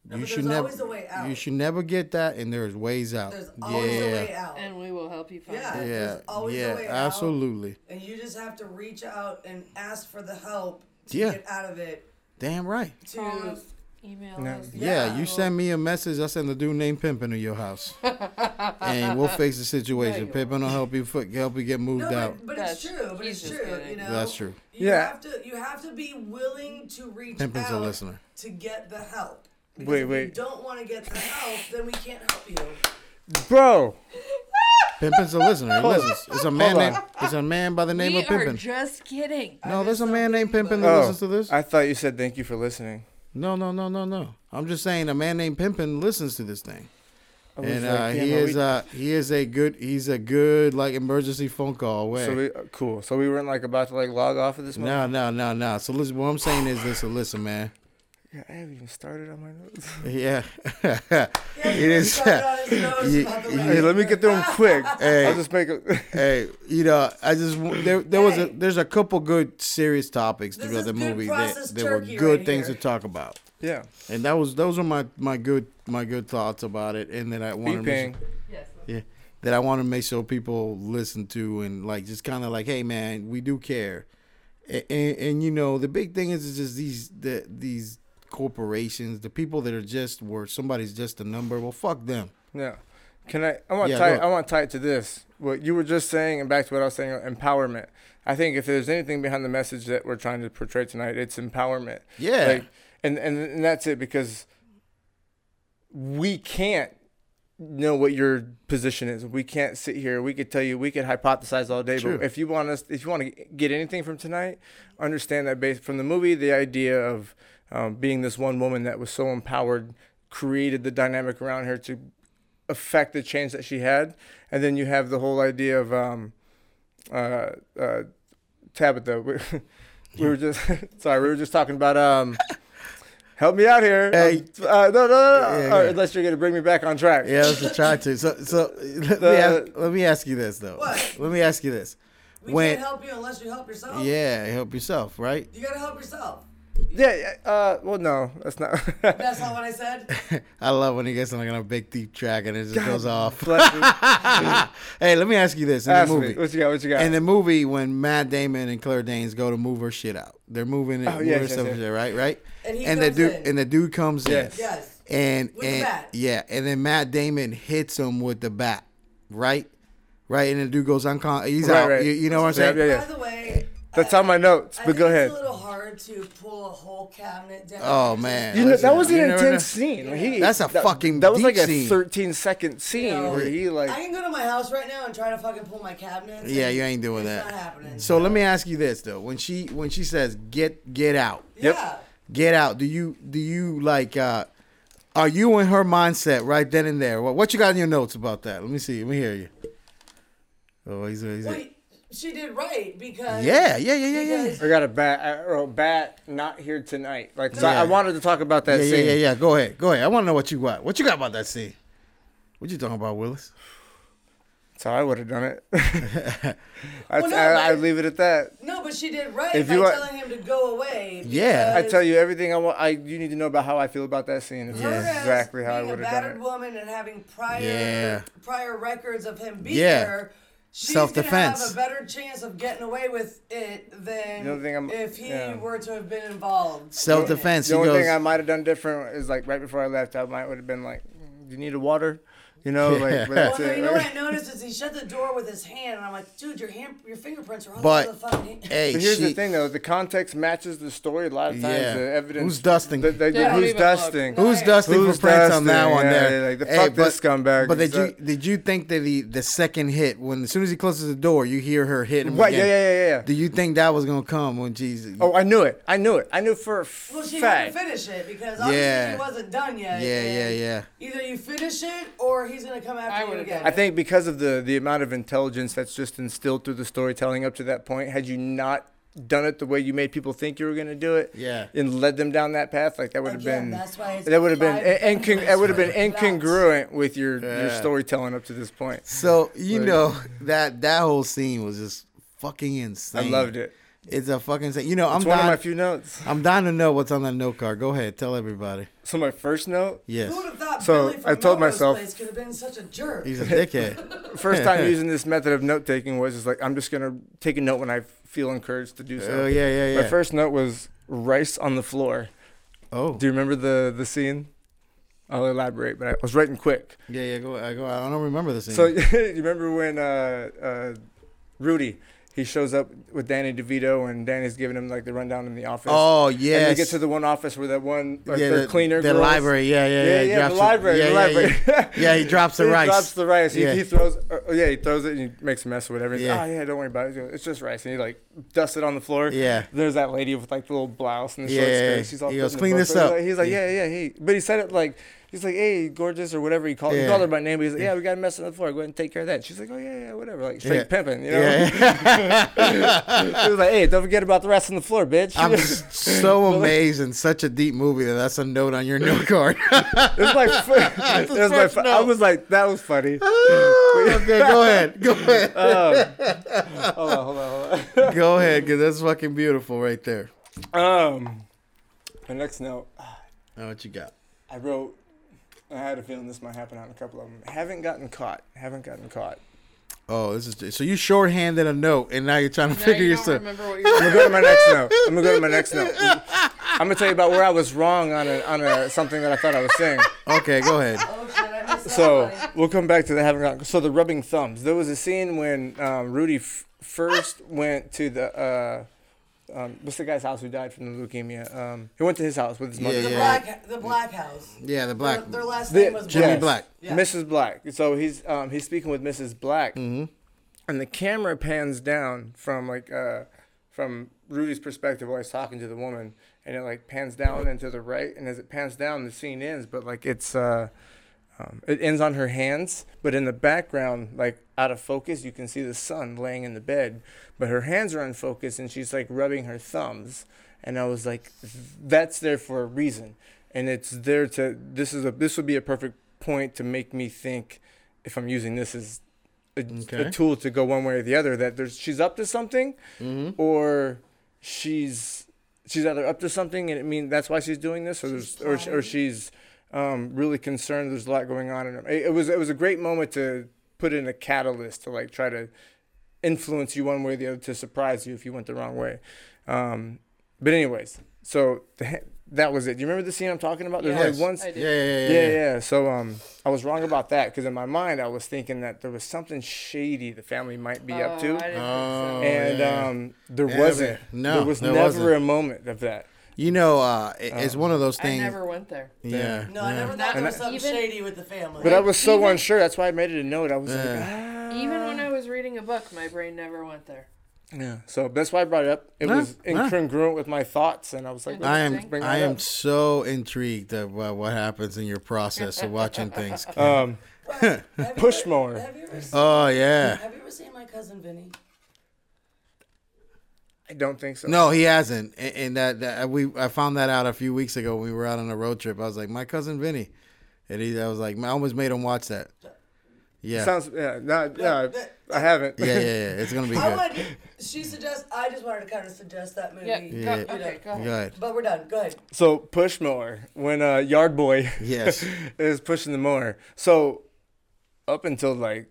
but there's always a way out.
You should never get that, and there's ways out.
there's always
yeah,
a way out
And we will help you find
Yeah.
it.
yeah,
There's always a
yeah,
way out.
absolutely.
and you just have to reach out and ask for the help to
Yeah.
get out of it
Damn right.
to
Call us, email us.
Yeah,
Yeah.
you send me a message. I send a dude named Pimpin to your house, and we'll fix the situation.
you
Pimpin will help you fi- help you get moved
no,
out.
but, but it's
That's-
true. But
he's
it's
just
true. You
kidding.
know,
That's true.
You
Yeah.
have to you have to be willing to reach
Pimpin's a
out
listener.
to get the help. Because
Wait,
if You
wait.
don't want to get the help, then we can't help you.
bro
Pimpin's a listener. He listens. It's a man
Hold
named
on.
it's a man by the name
we
of
are
Pimpin.
just kidding.
no, there's a man named Pimpin that
oh,
listens to this.
i thought you said thank you for listening
no, no, no, no, no. I'm just saying a man named Pimpin listens to this thing,
I was
and
like,
uh,
damn,
he
are
is
we-
uh, he is a good he's a good like emergency phone call away.
so we uh, cool so we weren't like about to like log off of this one
No, no, no, no. So listen, what I'm saying is this: listen, man.
Yeah, I haven't even started on my notes.
Yeah, it is. You-
hey, let me get through <laughs> them quick.
Hey.
I'll just make a. <laughs>
hey, you know, I just there there was a
Hey.
there's a couple good serious topics
This
throughout
is
the
good
movie that
processed
there were
turkey
good
right
things
here.
to talk about,
yeah.
and that was those are my my good my good thoughts about it, and then I wanted
Beeping.
Yes.
yeah, that I want to make sure people listen to and like just kind of like, hey man, we do care, and, and and you know the big thing is is just these the these corporations, the people that are just where somebody's just a number. Well, fuck them.
Yeah. Can I? I want
Yeah,
to tie.
go.
I want to tie it to this. What you were just saying, and back to what I was saying, uh, empowerment. I think if there's anything behind the message that we're trying to portray tonight, it's empowerment.
Yeah.
Like, and and and that's it because we can't know what your position is. We can't sit here. We could tell you. We could hypothesize all day.
True.
But if you want us, if you want to get anything from tonight, understand that based from the movie, the idea of um, being this one woman that was so empowered created the dynamic around her to affect the change that she had. And then you have the whole idea of um, uh, uh, Tabitha. <laughs> We, we were just <laughs> sorry. We were just talking about. Um, help me out here.
Hey.
Um, uh, no, no, no. no.
Yeah, yeah.
Or unless you're gonna bring me back on track.
Yeah, let's just try to. So, so <laughs> let, me
The-
ask, let me ask you this though.
What?
Let me ask you this.
We
when
can't help you unless you help yourself.
yeah, help yourself, right?
You gotta help yourself.
Yeah. yeah, Uh, well, no, that's not.
That's not what
<laughs>
I said.
I love when he gets on like, on a big deep track and it just goes
<laughs>
off.
<laughs>
<laughs>
Bless me.
hey, let me ask you this in
Ask
the
me.
movie.
What you got? What you got?
In the movie, when Matt Damon and Claire Danes go to move her shit out, they're moving it,
Oh, yes,
moving
yes,
stuff,
yes.
shit, right, right.
And he
the
comes
dude
in.
and the dude comes
Yes.
in.
Yes.
And
With the
and
bat.
yeah, and then Matt Damon hits him with the bat, right, right, and the dude goes uncon. He's
Right,
out.
right.
You, you know what
Yeah,
I'm saying?
yeah, yeah.
By the way,
that's on my notes.
I
But
think
go ahead.
It's a little hard to pull a whole cabinet down.
Oh man,
You know, that
listen,
was an
you never know.
intense scene. Like, he-
That's a
that-
fucking
That was
deep
like a
scene.
13 second scene
You know,
where he like.
I can go to my house right now and try to fucking pull my cabinets.
Yeah,
and
you ain't doing
it's
that.
Not happening.
So let me ask you this though: when she when she says get get out,
Yep.
Yeah.
get out, do you do you like uh are you in her mindset right then and there? What what you got in your notes about that? Let me see. Let me hear you. Oh, he's, he's
Well, she did right because
yeah, yeah, yeah, yeah, yeah.
because-
I got a bat. I wrote bat not here tonight. Like so I- I
Yeah.
wanted to talk about that
Yeah, yeah,
scene.
yeah, yeah. Go ahead, go ahead. I want to know what you got. What you got about that scene? What you talking about, Willis?
So I would have done it. <laughs> That's-
Well, no,
I, I
but-
leave it at that.
No, but she did right
If
by
you are-
telling him to go away.
Yeah.
I
because
tell you everything I want. I you need to know about how I feel about that scene. It's
her as
exactly how I
being
would
a
have done
battered
it.
woman and having prior
Yeah.
prior records of him beating
Yeah.
her. She's
Self-defense.
gonna have a better chance of getting away with it than
The only thing I'm-
if he
yeah.
were to have been involved.
Self defense.
The
He
only
goes.
thing I might have done different is like right before I left, I might would have been like, "Do you need a water?" You know, like but that's
Well, no,
it.
you know what
Like-
I noticed is he shut the door with his hand, and I'm like, dude, your hand, your fingerprints are all
But-
over the fucking. Hand.
hey,
But here's
she,
the thing, though. The context matches the story a lot of times.
Yeah.
The evidence.
Who's dusting?
They, they did
Yeah, I don't
who's
even look.
dusting?
No.
Who's
Right.
dusting
Who's
for prints on that
dusting?
one
Yeah,
there?
like, the fuck this scumbag.
But did
Is
you
that-
did you think that the the second hit when as soon as he closes the door you hear her hit him?
Right,
again?
yeah, yeah, yeah, yeah.
Do you think that was gonna come when Jesus?
Oh, I knew it. I knew it. I knew for a
Well, she
fact.
had to finish it because obviously
Yeah.
he wasn't done yet.
Yeah, yeah,
and
yeah.
Either you finish it or he's gonna come
I
after you
would've
again.
done
I think because of the the amount of intelligence that's just instilled through the storytelling up to that point, had you not done it the way you made people think you were going to do it,
Yeah.
and led them down that path, like that would have been
Again, that's why it's
that would have been
five
and that would have been
different facts.
incongruent with your your
Yeah.
storytelling up to this point.
So you
Right.
know that that whole scene was just fucking insane.
I loved it.
It's a fucking insane. You know, I'm
It's one of my
dying.
few notes.
I'm dying to know what's on that note card. Go ahead, tell everybody.
So my first note,
Yes,
Who would have thought
So,
Billy from
I told
Melrose
myself-
Place could have been such a
<laughs>
jerk?
he's a dickhead.
first
<laughs>
time using this method of note taking was just like I'm just gonna take a note when I feel encouraged to do so.
Oh yeah, yeah, yeah.
My first note was rice on the floor.
oh
Do you remember the the scene? I'll elaborate, but I was writing quick.
yeah, yeah. Go, I go. I don't remember this.
So <laughs> you remember when uh, uh, Rudy he shows up with Danny DeVito and Danny's giving him like the rundown in the office.
oh yes.
And they get to the one office where that one like,
yeah,
the,
the,
cleaner
the
girls-
library. Yeah,
Yeah,
yeah, yeah.
yeah, the
drops
library,
Yeah,
the
yeah,
library.
Yeah, Yeah,
<laughs>
he drops the
he
rice.
drops the rice. He,
Yeah.
he throws. Or, yeah, he throws it and he makes a mess or whatever. He's
Yeah.
Oh yeah, don't worry about it. It's just rice. And he like dusts it on the floor.
Yeah.
There's that lady with like the little blouse and the short
Yeah, yeah,
skirt.
yeah.
She's all.
He
put
goes,
in the
"Clean
book."
this
He's
up.
like- He's like, yeah, yeah, he. But he said it like He's like, "Hey, gorgeous," or whatever he called. He
Yeah.
called her by name. But he's like, "Yeah, we got a mess on the floor. Go ahead and take care of that." She's like, "Oh yeah, yeah, whatever." Like straight
Yeah.
pimping, you know. <laughs>
Yeah.
he was like, "Hey, don't forget about the rest on the floor, bitch." <laughs>
<laughs> I'm
it
just so amazed in such a deep movie that that's a note on your note
<laughs>
card.
was
<laughs>
like, it was my,
first
I
note.
was like, that was funny.
okay, go ahead. Go ahead.
Hold on, hold on, hold on.
go ahead, because that's fucking beautiful right there.
Um, my next note,
Now what you got?
I wrote. I had a feeling this might happen on a couple of them. Haven't gotten caught. Haven't gotten caught.
Oh, this is so you shorthanded a note, and now you're trying to
Now
figure
you don't
yourself.
remember what you were
I'm gonna go to my next note. I'm gonna go to my next note. I'm gonna tell you about where I was wrong on a, on a something that I thought I was saying.
Okay, go ahead.
Oh shit, I missed that.
So
one.
we'll come back to the having gotten. So the rubbing thumbs. There was a scene when um, Rudy f- first went to the. Uh, um, what's the guy's house who died from the leukemia? Um, he went to his house with his mother.
the
yeah.
black, the black house.
Yeah, the black.
Their, their last
The-
name was
Jimmy
yes.
Black.
Yeah.
Mrs. Black. So he's um, he's speaking with Mrs. Black, and the camera pans down from like uh, from Rudy's perspective while he's talking to the woman, and it like pans down and to the right, and as it pans down, the scene ends, but like it's. Uh, um, it ends on her hands, but in the background, like out of focus, you can see the sun laying in the bed, but her hands are unfocused and she's like rubbing her thumbs. And I was like, that's there for a reason. And it's there to, this is a, this would be a perfect point to make me think if I'm using this as a, a
Okay.
tool to go one way or the other, that there's, she's up to something or she's, she's either up to something and it means that's why she's doing this or there's, or, sh- or she's, um, really concerned. There's a lot going on in him. It, it was it was a great moment to put in a catalyst to like try to influence you one way or the other to surprise you if you went the wrong way. Um, but anyways, so the, ha- that was it. Do you remember the scene I'm talking about? There's <laughs>
Yes.
only one. s-
I did.
Yeah, yeah, yeah.
yeah,
yeah.
yeah. So um, I was wrong about that because in my mind I was thinking that there was something shady the family might be up
Oh,
to,
I didn't
Oh,
think so.
and
yeah.
um, there
Yeah,
wasn't.
but- no,
there was
there
never
wasn't.
a moment of that.
You know, uh, it- it's one of those
I
things.
never went there.
yeah.
No,
yeah.
I never thought there
And
was
I-
something
Even-
shady with the family.
But I was so
even-
unsure. That's why I made it a note. I was like,
Yeah.
ah.
Even
Uh,
when I was reading a book, my brain never went there.
Yeah. So that's why I brought it up. It
Nah,
was
nah.
incongruent with my thoughts, and I was like,
I
I
let's
am
just bring
I
that
am
up.
so intrigued about what happens in your process of watching things.
Um,
Have you
push
ever-
mower.
Have you ever seen,
Oh yeah.
have you ever seen my cousin Vinny?
I don't think so.
No, he hasn't. And, and that, that uh, we I found that out a few weeks ago when we were out on a road trip. I was like, my cousin Vinny, and he, I was like, I almost made him watch that. <laughs> Yeah.
Sounds yeah. No, yeah.
that-
I haven't.
yeah, yeah, yeah. It's gonna be
I
good.
would. She suggests. I just wanted to kind of suggest that movie.
Yeah.
Yeah.
Go, okay, go
<laughs>
ahead.
Good.
But we're done. Go ahead.
<laughs> so push mower when uh, yard boy <laughs>
Yes.
is pushing the mower. So up until like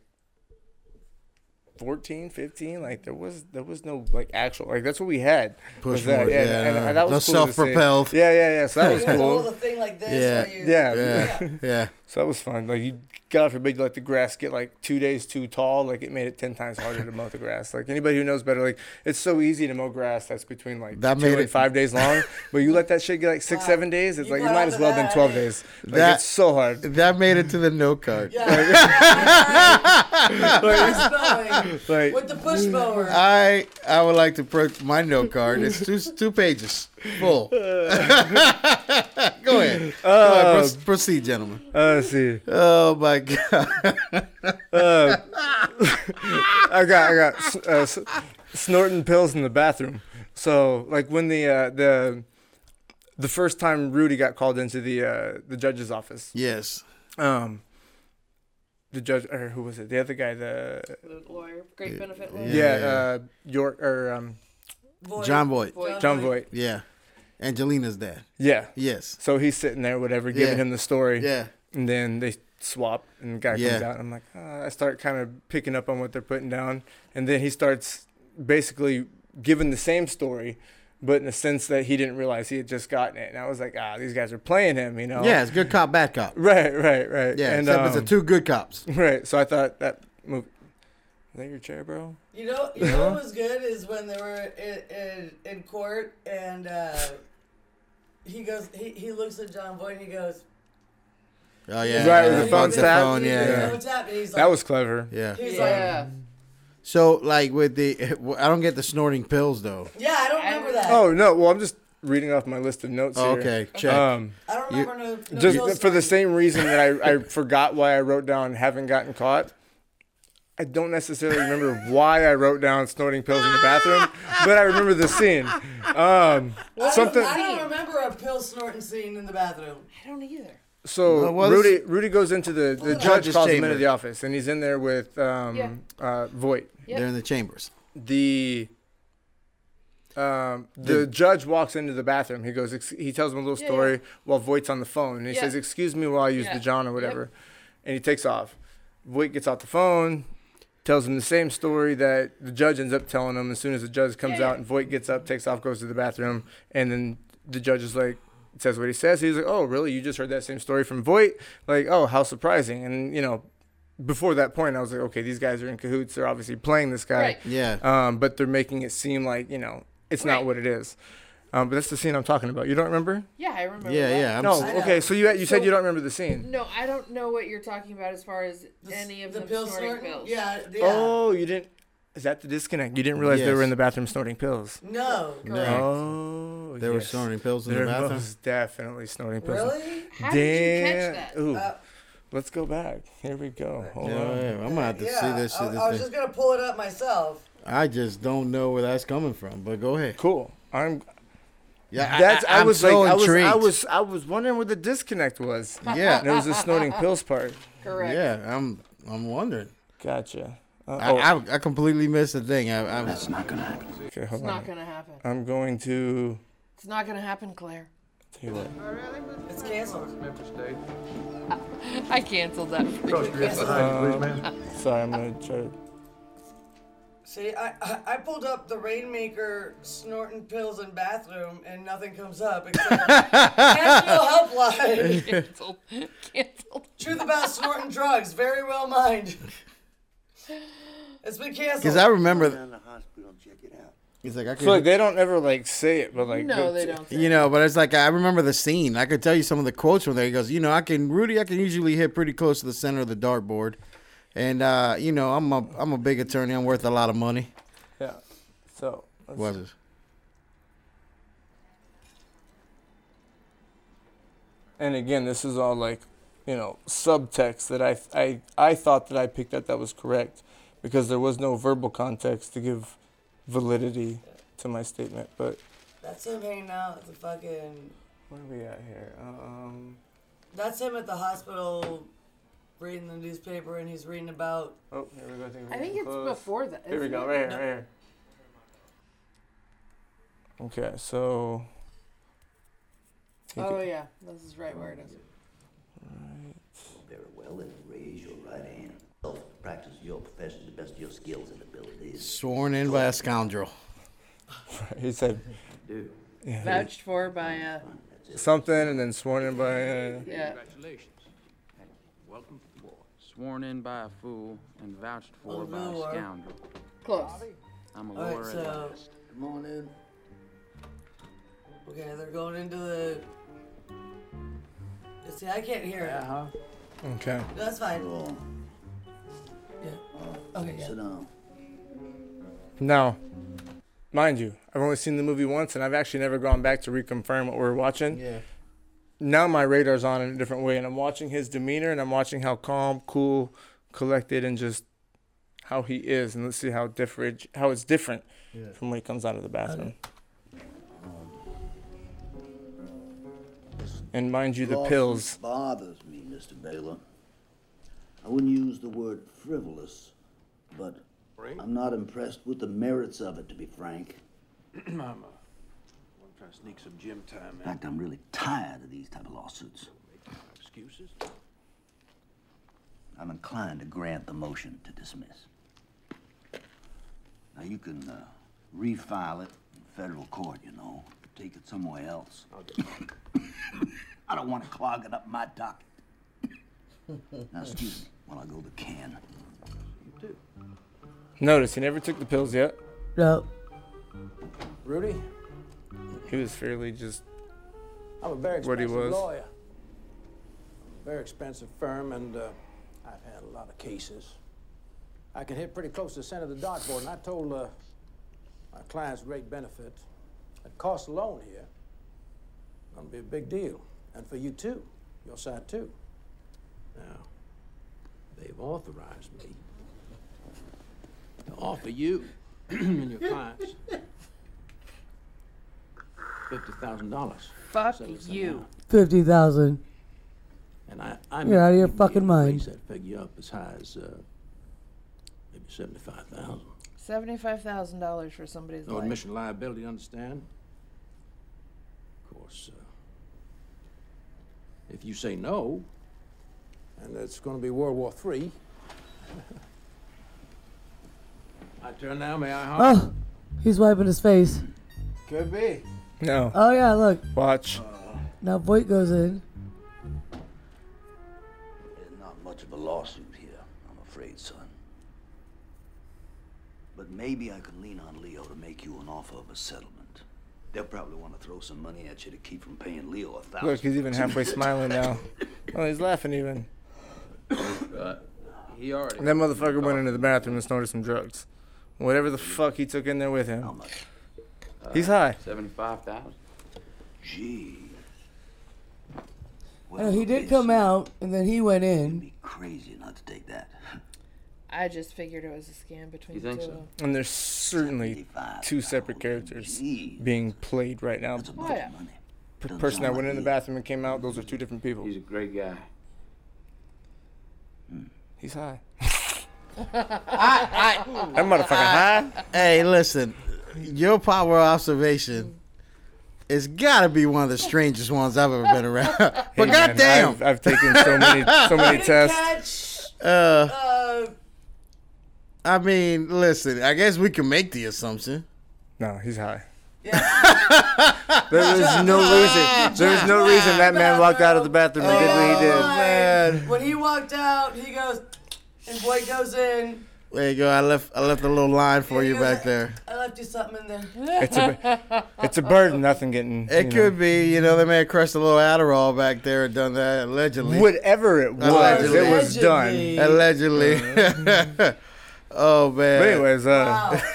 14, 15, like there was there was no like actual like that's what we had.
Push
was that,
mowers,
and-
yeah,
and-
no,
and that
no
was cool to see.
self-propelled.
Yeah, yeah, yeah. So that was
You hold the
cool.
thing like this.
Yeah.
where you-
Yeah.
Yeah. Yeah.
So that was fun. Like you God forbid you let the grass get like two days too tall, like it made it ten times harder to mow the grass. Like anybody who knows better, like it's so easy to mow grass that's between like
That
two
made
and
it-
five days
<laughs>
long. but you let that shit get like six, seven days, it's
You
like you
got
might
onto
as well have
that.
been twelve days. Like
That-
it's so hard.
That made it to the note card. <laughs>
Yeah. Push mowing
Like
With the push mower.
I I would like to print my note card. It's
<laughs>
two two pages full. <laughs> Go
Uh.
ahead. Go ahead. Proce- proceed, gentlemen.
uh, let's see.
Oh my god.
I got I got s- uh, s- snorting pills in the bathroom. So like when the uh, the the first time Rudy got called into the uh, the judge's office.
Yes.
um the judge or who was it the other guy the
The lawyer, great benefit lawyer.
yeah,
yeah.
uh york or um
Void.
John Boyd.
Voight.
john voight
Yeah. Angelina's dad.
yeah
Yes.
so he's sitting there whatever giving
Yeah.
him the story
Yeah.
and then they swap and the guy comes
Yeah.
out and i'm like uh, i start kind of picking up on what they're putting down and then he starts basically giving the same story but in the sense that he didn't realize he had just gotten it and i was like ah these guys are playing him you know
Yeah, it's good cop, bad cop.
right right right
Yeah,
Oh. and
except it's the
um,
two good cops.
right so i thought that move is that your chair bro
You know, you know
Uh-huh.
what was good is when they were in, in, in court and uh, he goes, he, he looks at John Boyd and he goes,
Oh yeah,
Right, with
yeah,
the phone
with
tap.
phone, yeah,
Yeah.
yeah,
What's happening? He's like,
that was clever
Uh, yeah.
He's
Yeah.
like,
So like with the, <laughs> I don't get the snorting pills though.
yeah, I don't remember that.
Oh no! Well, I'm just reading off my list of notes.
Oh,
here.
okay, check.
Um,
I don't I'm not going to.
Just for the same reason that I, I forgot why I wrote down haven't gotten caught. I don't necessarily remember why I wrote down snorting pills in the bathroom, but I remember the scene. Um, something.
I don't remember a pill snorting scene in the bathroom.
I don't either.
So
Well, well, this-
Rudy Rudy goes into the, the judge
Judge's
calls him into
chamber.
the office, and he's in there with um,
Yeah.
uh, Voight.
Yep.
They're in the chambers.
The um, the judge walks into the bathroom. He goes. ex- He tells him a little
Yeah,
story
yeah.
while Voight's on the phone, and he
Yeah.
says, "Excuse me while I use
Yeah.
the John or
Yep.
whatever," and he takes off. Voight gets off the phone, tells him the same story that the judge ends up telling him. As soon as the judge comes
Yeah,
out,
yeah.
and Voight gets up, takes off, goes to the bathroom, and then the judge is like, says what he says. He's like, "Oh, really? You just heard that same story from Voight? Like, oh, how surprising!" And you know, before that point, I was like, "Okay, these guys are in cahoots. They're obviously playing this guy."
Right.
Yeah.
um, but they're making it seem like you know it's not
Right.
what it is. Um, but that's the scene I'm talking about. You don't remember?
Yeah, I remember.
yeah,
that.
yeah. I'm
no.
s-
Okay, so you you said
So-
you don't remember the scene.
No, I don't know what you're talking about as far as
The s-
any of
the
them
pill
snorting
snorting?
pills.
Yeah, yeah.
Oh, you didn't. Is that the disconnect? You didn't realize they
Yes.
were in the bathroom snorting pills.
No.
No.
Oh,
They were
yes.
snorting pills in
They're
the bathroom.
most definitely snorting pills.
Really?
How
Damn.
did you catch that?
Ooh,
Uh,
let's go back. Here we go. Hold
Yeah,
on.
yeah, I'm gonna have to
yeah,
see this.
I,
shit, this
I was
thing.
just gonna pull it up myself.
I just don't know where that's coming from, but go ahead.
Cool. I'm.
Yeah,
That's. I,
I'm
was
so
like. I was. I
intrigued.
was. I was wondering where the disconnect <laughs> was.
Yeah,
And it was the snorting pills part.
Correct.
yeah. I'm. I'm wondering.
Gotcha. Uh,
I,
oh,
I, I completely missed the thing. I, I was.
okay, hold
It's not
on.
gonna happen.
I'm going to.
It's not gonna happen, Claire.
Tell you what.
It's canceled.
<laughs> I
<laughs>
canceled that.
Sorry, I'm gonna try to.
See, I, I I pulled up the Rainmaker snorting pills in bathroom and nothing comes up except National Helpline.
Canceled. <laughs> canceled.
Truth about snorting drugs. Very well mined. It's been canceled.
Because I remember.
down to the hospital and check it out.
He's like, I
So like
could,
they don't ever like say it, but like
No, they don't.
you know, but it's like I remember the scene. I could tell you some of the quotes from there. He goes, you know, I can Rudy. I can usually hit pretty close to the center of the dartboard, and uh, you know, I'm a I'm a big attorney. I'm worth a lot of money.
Yeah. So. let's-
Was it?
And again, this is all like, you know, subtext that I I I thought that I picked up that was correct, because there was no verbal context to give validity to my statement. But
That's him hanging out at the fucking.
where are we at here? Um.
That's him at the hospital reading the newspaper and he's reading about.
Oh, here we go. I think, we're
I think
getting
it's
close.
before that.
Here we
isn't
go,
it?
right here, right here. Okay, so. Take
Oh
it.
yeah, this is right where it is.
Very well, and raise your right hand. Practice your profession to the best of your skills and abilities.
Sworn in by a scoundrel.
He said
Do.
Vouched for by a
something and then sworn in by. Uh,
yeah.
Congratulations. Welcome aboard. Sworn in by a fool and vouched for
Oh,
by a
no, I-
scoundrel.
Close.
I'm a
All right,
lawyer at
so-
last.
Come on in.
Okay, they're going into the. See, I can't hear it.
huh.
okay.
No, that's fine.
Go on.
Yeah. Okay, yeah.
Sit down.
Now, mind you, I've only seen the movie once and I've actually never gone back to reconfirm what we're watching.
Yeah.
Now my radar's on in a different way and I'm watching his demeanor and I'm watching how calm, cool, collected, and just how he is. And let's see how different, how it's different from when he comes out of the bathroom. And mind you, the
Lawsuit
pills.
bothers me, Mr. Baylor. I wouldn't use the word frivolous, but I'm not impressed with the merits of it, to be frank.
I'm trying to sneak some gym time
In fact, I'm really tired of these type of lawsuits.
Excuses?
I'm inclined to grant the motion to dismiss. Now, you can uh, refile it in federal court, you know, take it somewhere else. <laughs> I don't want to clog it up my docket. now, excuse me while I go to the can.
Notice he never took the pills yet.
No.
Rudy,
He was fairly just
I'm a very
What he
expensive
was.
lawyer. Very expensive firm, and uh, I've had a lot of cases. I can hit pretty close to the center of the dartboard, and I told uh, my clients great benefit. that cost alone here, gonna be a big deal. and for you too, your side too. Now, they've authorized me to offer you <clears throat> and your clients fifty thousand dollars.
Fuck you.
Fifty thousand.
And I, I
You're out of your
may be able
fucking
to
mind.
Raise that figure up as high as uh, maybe seventy-five thousand.
Seventy-five thousand dollars for somebody's
No
Oh,
life.
admission liability, you understand? Of course, uh, if you say no, and it's going to be World War Three. <laughs> I turn now, may I harm?
Oh, he's wiping his face.
Could be.
No.
Oh yeah, look.
Watch.
Now Voight goes in.
There's not much of a lawsuit here, I'm afraid, son. But maybe I can lean on Leo to make you an offer of a settlement. They'll probably want to throw some money at you to keep from paying Leo a thousand.
Look, he's even halfway smiling now. Oh, he's laughing even.
He already.
And that motherfucker went into the bathroom and snorted some drugs. Whatever the fuck he took in there with
How
him.
much?
He's high.
Seventy-five thousand.
Gee.
I know Uh, he did
this
come
would
out, and then he went in.
be crazy not to take that.
I just figured it was a scam between
You
the
think
two
so?
of them.
And there's certainly two separate characters
Jeez,
being played right now.
that's a
The
bunch
yeah.
of money. Doesn't
person that
sound
went
like
in the
me.
bathroom and came out, those are two different people.
He's a great guy.
He's high. That motherfucker high.
Hey, listen, your power of observation has got to be one of the strangest ones I've ever been around. <laughs> but
Hey, man,
goddamn,
I've, I've taken so many, so many tests.
Catch.
uh,
Uh,
I mean, listen, I guess we can make the assumption.
No, he's high. <laughs> there is no reason. There is no reason that man walked out of the bathroom and did what he did.
Man.
when he walked out, he goes, and Boyd goes in.
There you go. I left. I left a little line for you back there.
I left you something in there.
It's a, it's a burden. Nothing getting.
It
you
could
know.
be, you know, they may have crushed a little Adderall back there and done that allegedly.
whatever it was. It was
Allegedly.
done.
allegedly. <laughs>
Uh-huh.
oh man.
But anyways, uh,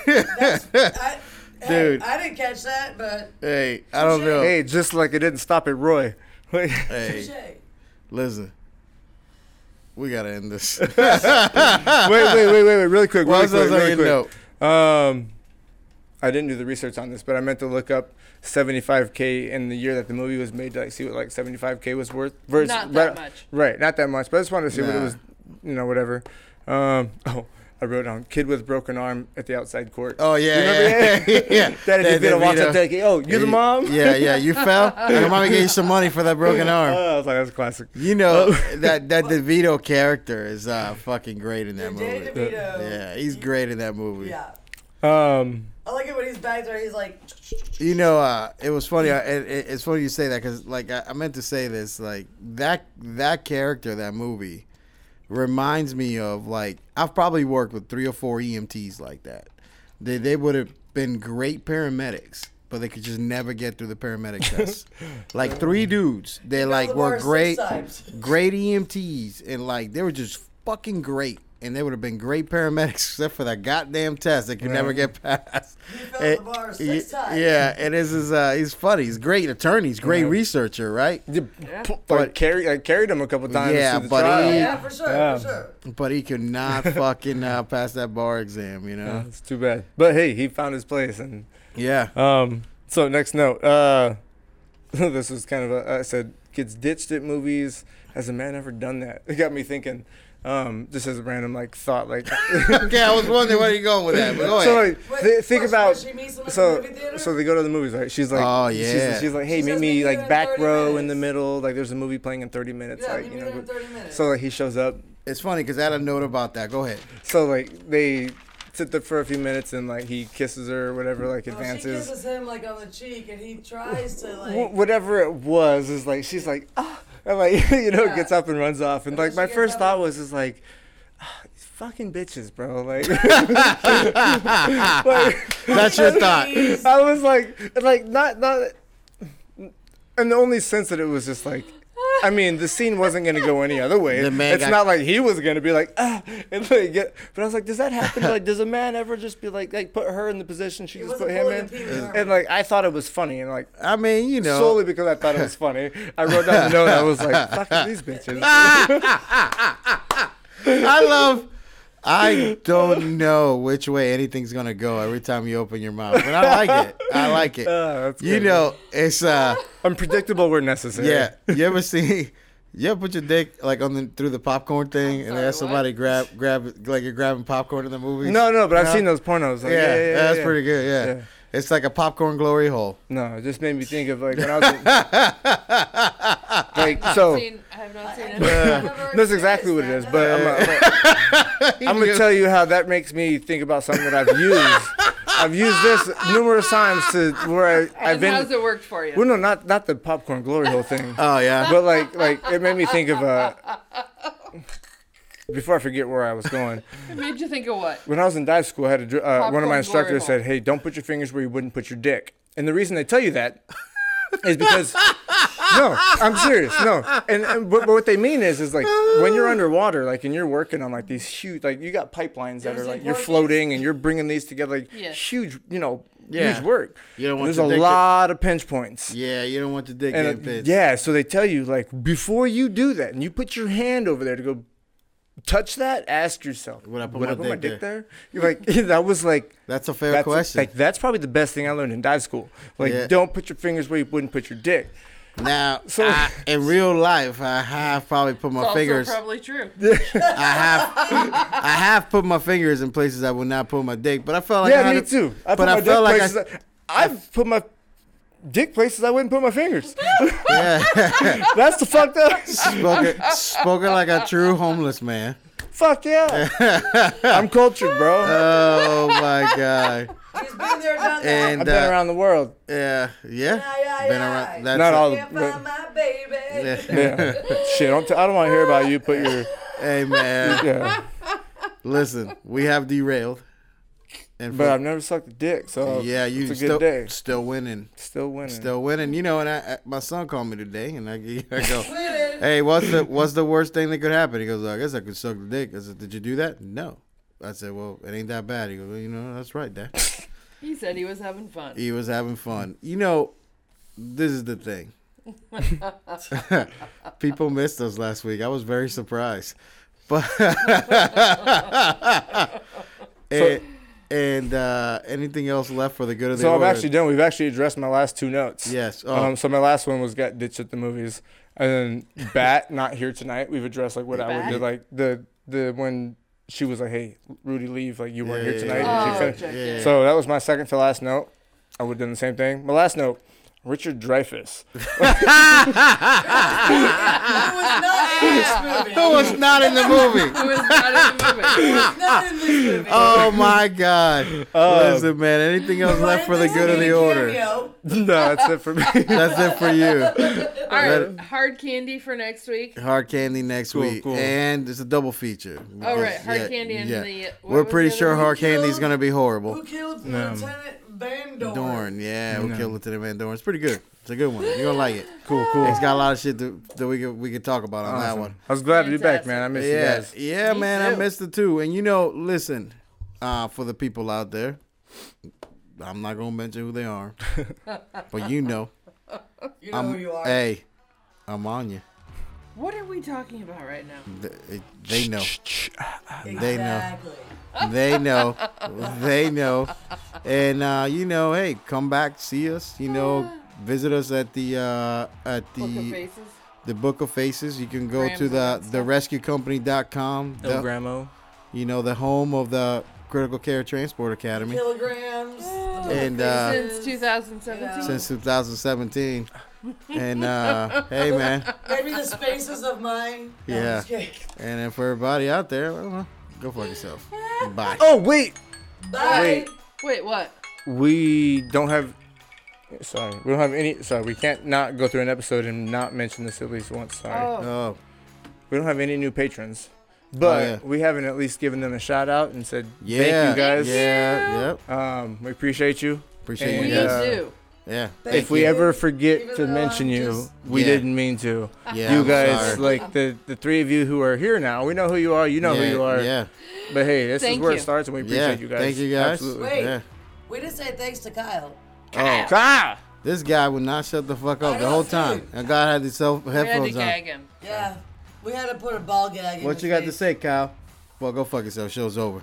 Wow. That's, I,
<laughs> Dude.
Dude. I, didn't catch that, but
Hey, I don't know.
hey, just like it didn't stop at Roy. <laughs>
Hey,
shit.
listen. We gotta
<laughs>
end this.
wait, wait, wait, wait, wait, really quick,
What
really
else
quick,
was I
really
gonna
quick. Um, I didn't do the research on this, but I meant to look up 75k in the year that the movie was made to like see what like 75k was worth. Versus,
Not that
right,
much.
Right, not that much, but I just wanted to see what it
Nah.
was. You know, whatever. Um, <laughs> oh. I wrote down kid with broken arm at the outside court.
Oh
You remember
yeah, yeah, <laughs> yeah. yeah.
<laughs> That if you
DeVito.
could walk up there, oh, you the mom?
Yeah, yeah. You fell. Your mama gave you some money for that
<laughs>
broken
Oh, <laughs>
arm.
I was like, that's classic.
You know
Oh.
that that DeVito character is uh, fucking great in that
Danny
movie.
DeVito.
Yeah, he's great in that movie.
Yeah.
Um,
I like it when he's back there. He's like,
You know, uh, it was funny. I, it, it- it's funny you say that because, like, I, I meant to say this. Like that that character, that movie, reminds me of like I've probably worked with three or four EMTs like that. They they would have been great paramedics, but they could just never get through the paramedic test. like three dudes, they like
the
were
bar six
great, <laughs>
times.
great EMTs, and like they were just fucking great. And they would have been great paramedics <laughs> except for that goddamn test that could never get <laughs> passed.
fell
And-
the bar six
y-
times.
Eh, yeah, and this is uh, he's funny. He's great attorney. He's great researcher,
<laughs>
right?
like, carry, I carried him a couple times.
Yeah,
through the
but
trial.
he-
yeah, for sure,
Yeah.
for sure.
But he could
<laughs>
not fucking uh, pass that bar exam. You know?
It's too bad. But hey, he found his place. And
Yeah.
um, so next note. Uh, <laughs> this was kind of a I said kids ditched at movies. Has a man ever done that? It got me thinking. Um, just as a random like thought, like
<laughs>
<laughs>
okay, I was wondering where you going with that. But go
so
ahead.
like, th-
Wait,
think
first,
about
first she meets him at
so
the movie theater?
so they go to the movies, right? She's like,
Oh, yeah.
she's, she's like, hey,
She
meet
says,
me
"Meet you
like
in
back
30
row in the
minutes."
middle. Like there's a movie playing in 30 minutes.
Yeah,
like
meet
you
me
know,
there in
go-
30 minutes.
so like he shows up,
It's funny because I had a note about that. Go
<laughs>
ahead. <laughs>
So like they sit there for a few minutes and like he kisses her or whatever, like
Well, Oh, she
advances.
kisses him like on the cheek, and he tries to like.
Wh- whatever it was is like she's like ah, and like <laughs> you know
Yeah.
gets up and runs off and
then
like
she
my
gets
first
up
thought
and-
was is like. "Ah, these Fucking bitches, bro. <laughs>
<laughs>
Like, like,
That's your thought.
Please.
I was like, like not not, in the only sense that it was just like I mean, the scene wasn't going to go any other way.
The man
it's
got-
not like he was going to be like, ah, and like get. But I was like, does that
<laughs>
happen? like, does a man ever just be like, like put her in the position she just
wasn't
put him
pulling
in?
a Pee Wee Herman.
And like, I thought it was funny, and like.
I mean, you know,
Solely because I thought it was funny, I wrote down a note. I was like, "Fuck
<laughs>
these
Ah,
bitches."
I love.
<laughs>
I don't know which way anything's gonna go every time you open your mouth, but I like it. I like
<laughs>
it.
Uh,
Ah, that's
you
good.
know, it's uh,
Unpredictable where necessary.
yeah. <laughs> You ever see? You ever put your dick like on the through the popcorn thing and
sorry,
have somebody
what?
grab grab like you're grabbing popcorn in the movie?
No, no, but I've
No?
seen those pornos. Like,
yeah,
yeah, yeah,
that's
yeah.
pretty good. Yeah.
Yeah.
it's like a popcorn glory hole.
No, it just made me think of like when I was
<laughs>
a- like so.
Seen- I have not seen it.
Oh. <laughs> That's exactly what it is, but I'm, i
<laughs>
I'm gonna tell you how that makes me think about something that I've used. I've used this numerous times to
<laughs>
where I, I've
And how's
been.
it worked for you?
Well, no, not not the popcorn glory hole thing,
Oh yeah.
but like like it made me think of uh. Before I forget where I was going,
It made you think of what?
when I was in dive school, I had a, dr- uh, one of
Popcorn
my
glory
instructors
hole.
said, "Hey, don't put your fingers where you wouldn't put your dick." And the reason they tell you that is because no, I'm serious. No, and, and but, but what they mean is is like when you're underwater, like and you're working on like these huge, like you got pipelines that are like you're floating and you're bringing these together, like
Yeah.
huge, you know,
Yeah.
huge work.
You don't
And
want
There's
your dick
a
to-
lot of pinch points.
yeah, you don't want the dick
And
getting
uh,
pinched.
yeah, so they tell you like before you do that, and you put your hand over there to go touch that, ask yourself,
Would I put
would
my
I put my
dick
dick there? You're like <laughs> that was like
That's a fair
that's,
question.
Like that's probably the best thing I learned in dive school. Like
Yeah.
don't put your fingers where you wouldn't put your dick.
Now,
So-
I- in real life, I have probably put my
It's
fingers.
also probably true.
I
<laughs>
have, I have put my fingers in places I would not put my dick. But I felt like I
yeah,
had
me
to-
too. I
but
put my
I felt
dick
like
places. I, have put my dick places I wouldn't put my fingers.
<laughs> I yeah, <laughs>
that's the fucked up. <laughs>
spoken, spoken like a true homeless man.
Fuck
<laughs>
yeah. I'm cultured, bro.
Oh my
<laughs>
god.
He's been there, done that.
And
I've been
uh,
around the world.
yeah, yeah,
Aye,
been
aye, aye.
around. That's
Not
it.
all the
Can't find my
<laughs>
baby.
Yeah. Shit, don't t- I don't want to hear about you. Put your
Hey man,
yeah.
<laughs>
listen, we have derailed. And
But I've never sucked a dick, so
yeah, you
uh, it's a good
still
day.
still winning.
Still winning.
Still winning, you know. And I, I- my son called me today, and I, <laughs> I
<laughs>
go, "Hey, what's the what's the worst thing that could happen?" He goes, "I guess I could suck the dick." I said, "Did you do that?" No. I said, "Well, it ain't that bad." He goes, well, "You know, that's right, Dad."
He said he was having fun.
He was having fun. You know, this is the thing. <laughs> People missed us last week. I was very surprised, <laughs> but and, and uh, anything else left for the good of the
so I'm
order?
actually done. We've actually addressed my last two notes.
Yes. Oh.
Um, so my last one was got ditched at the movies, and then Bat not here tonight. We've addressed like what I would do,
Bat?
like the the when she was like, "Hey, Rudy, leave!" Like you weren't
Yeah,
here
yeah,
tonight.
yeah.
and she
Oh,
finished-
okay. Yeah, yeah.
So that was my second to last note. I would have done the same thing. My last note, Richard
<laughs>
Dreyfus.
That was not in this movie.
Who was not in the movie?
He
<laughs>
was not in the movie.
Not in this movie.
<laughs> Oh my God!
Um,
Listen, man. Anything else left for the good of the order?
Cameo.
<laughs> no, that's it for me.
That's it
<laughs>
for you.
All right, hard candy for next week.
Hard candy next
Cool,
week,
cool.
and it's a double feature. All
right, hard candy and the- what
We're
was
pretty
the other
sure
one?
hard candy's
Killed-
gonna be horrible.
Who killed Lieutenant Van Dorn?
Dorn, yeah, we killed Lieutenant Van Dorn. It's pretty good. It's a good one. You're gonna like it. Cool, cool. It's got a lot of shit that, that we could we could talk about on that one.
I was glad to be back,
Fantastic.
man. I miss
yeah,
you guys.
yeah, man, I missed it too. And you know, listen, uh, for the people out there, I'm not gonna mention who they
<laughs>
are, but you know,
You know who you are.
Um, hey, I'm on you.
What are we talking about right now?
They, they know, they know,
exactly.
they know, they know, and uh, you know, hey, come back, see us, you know, visit us at the uh, at the
Book of Faces.
the book of faces you can go
Grams
to
and
the
stuff.
the rescue company.com
El
the,
Gramo.
you know the home of the critical care transport academy
Kilograms.
and uh
Since 2017.
since 2017 and uh hey man
Maybe the spaces of mine. No, I'm
Yeah.
just kidding.
and then for everybody out there I don't know, go fuck yourself bye
Oh wait,
Bye.
Wait.
Wait, what?
we don't have sorry we don't have any sorry we can't not go through an episode and not mention this at least once sorry
Oh,
oh
we don't have any new patrons but
yeah.
we haven't at least given them a shout out and said
yeah
thank you guys
yeah yep
um we appreciate you
appreciate
And,
we
you guys
uh,
do.
Yeah.
Thank
if we
you.
ever forget
Even
to
though
mention
I'm
you,
just-
we
Yeah.
didn't mean to.
Yeah,
you
I'm
guys,
sorry.
like the the three of you who are here now, we know who you are. You know
yeah,
who you are.
Yeah.
But hey, this
Thank
is where
you.
it starts, and we appreciate
yeah.
you guys.
Thank you guys.
Absolutely.
Wait.
Yeah.
We didn't say thanks to Kyle.
Oh,
Kyle!
this guy would not shut the fuck up
I
the whole
know,
time.
dude.
And God had his self
We had to
headphones on.
gag him.
Yeah. We had to put a ball gag in
What
his
you got to
face.
say, Kyle? Well, go fuck yourself. Show's over.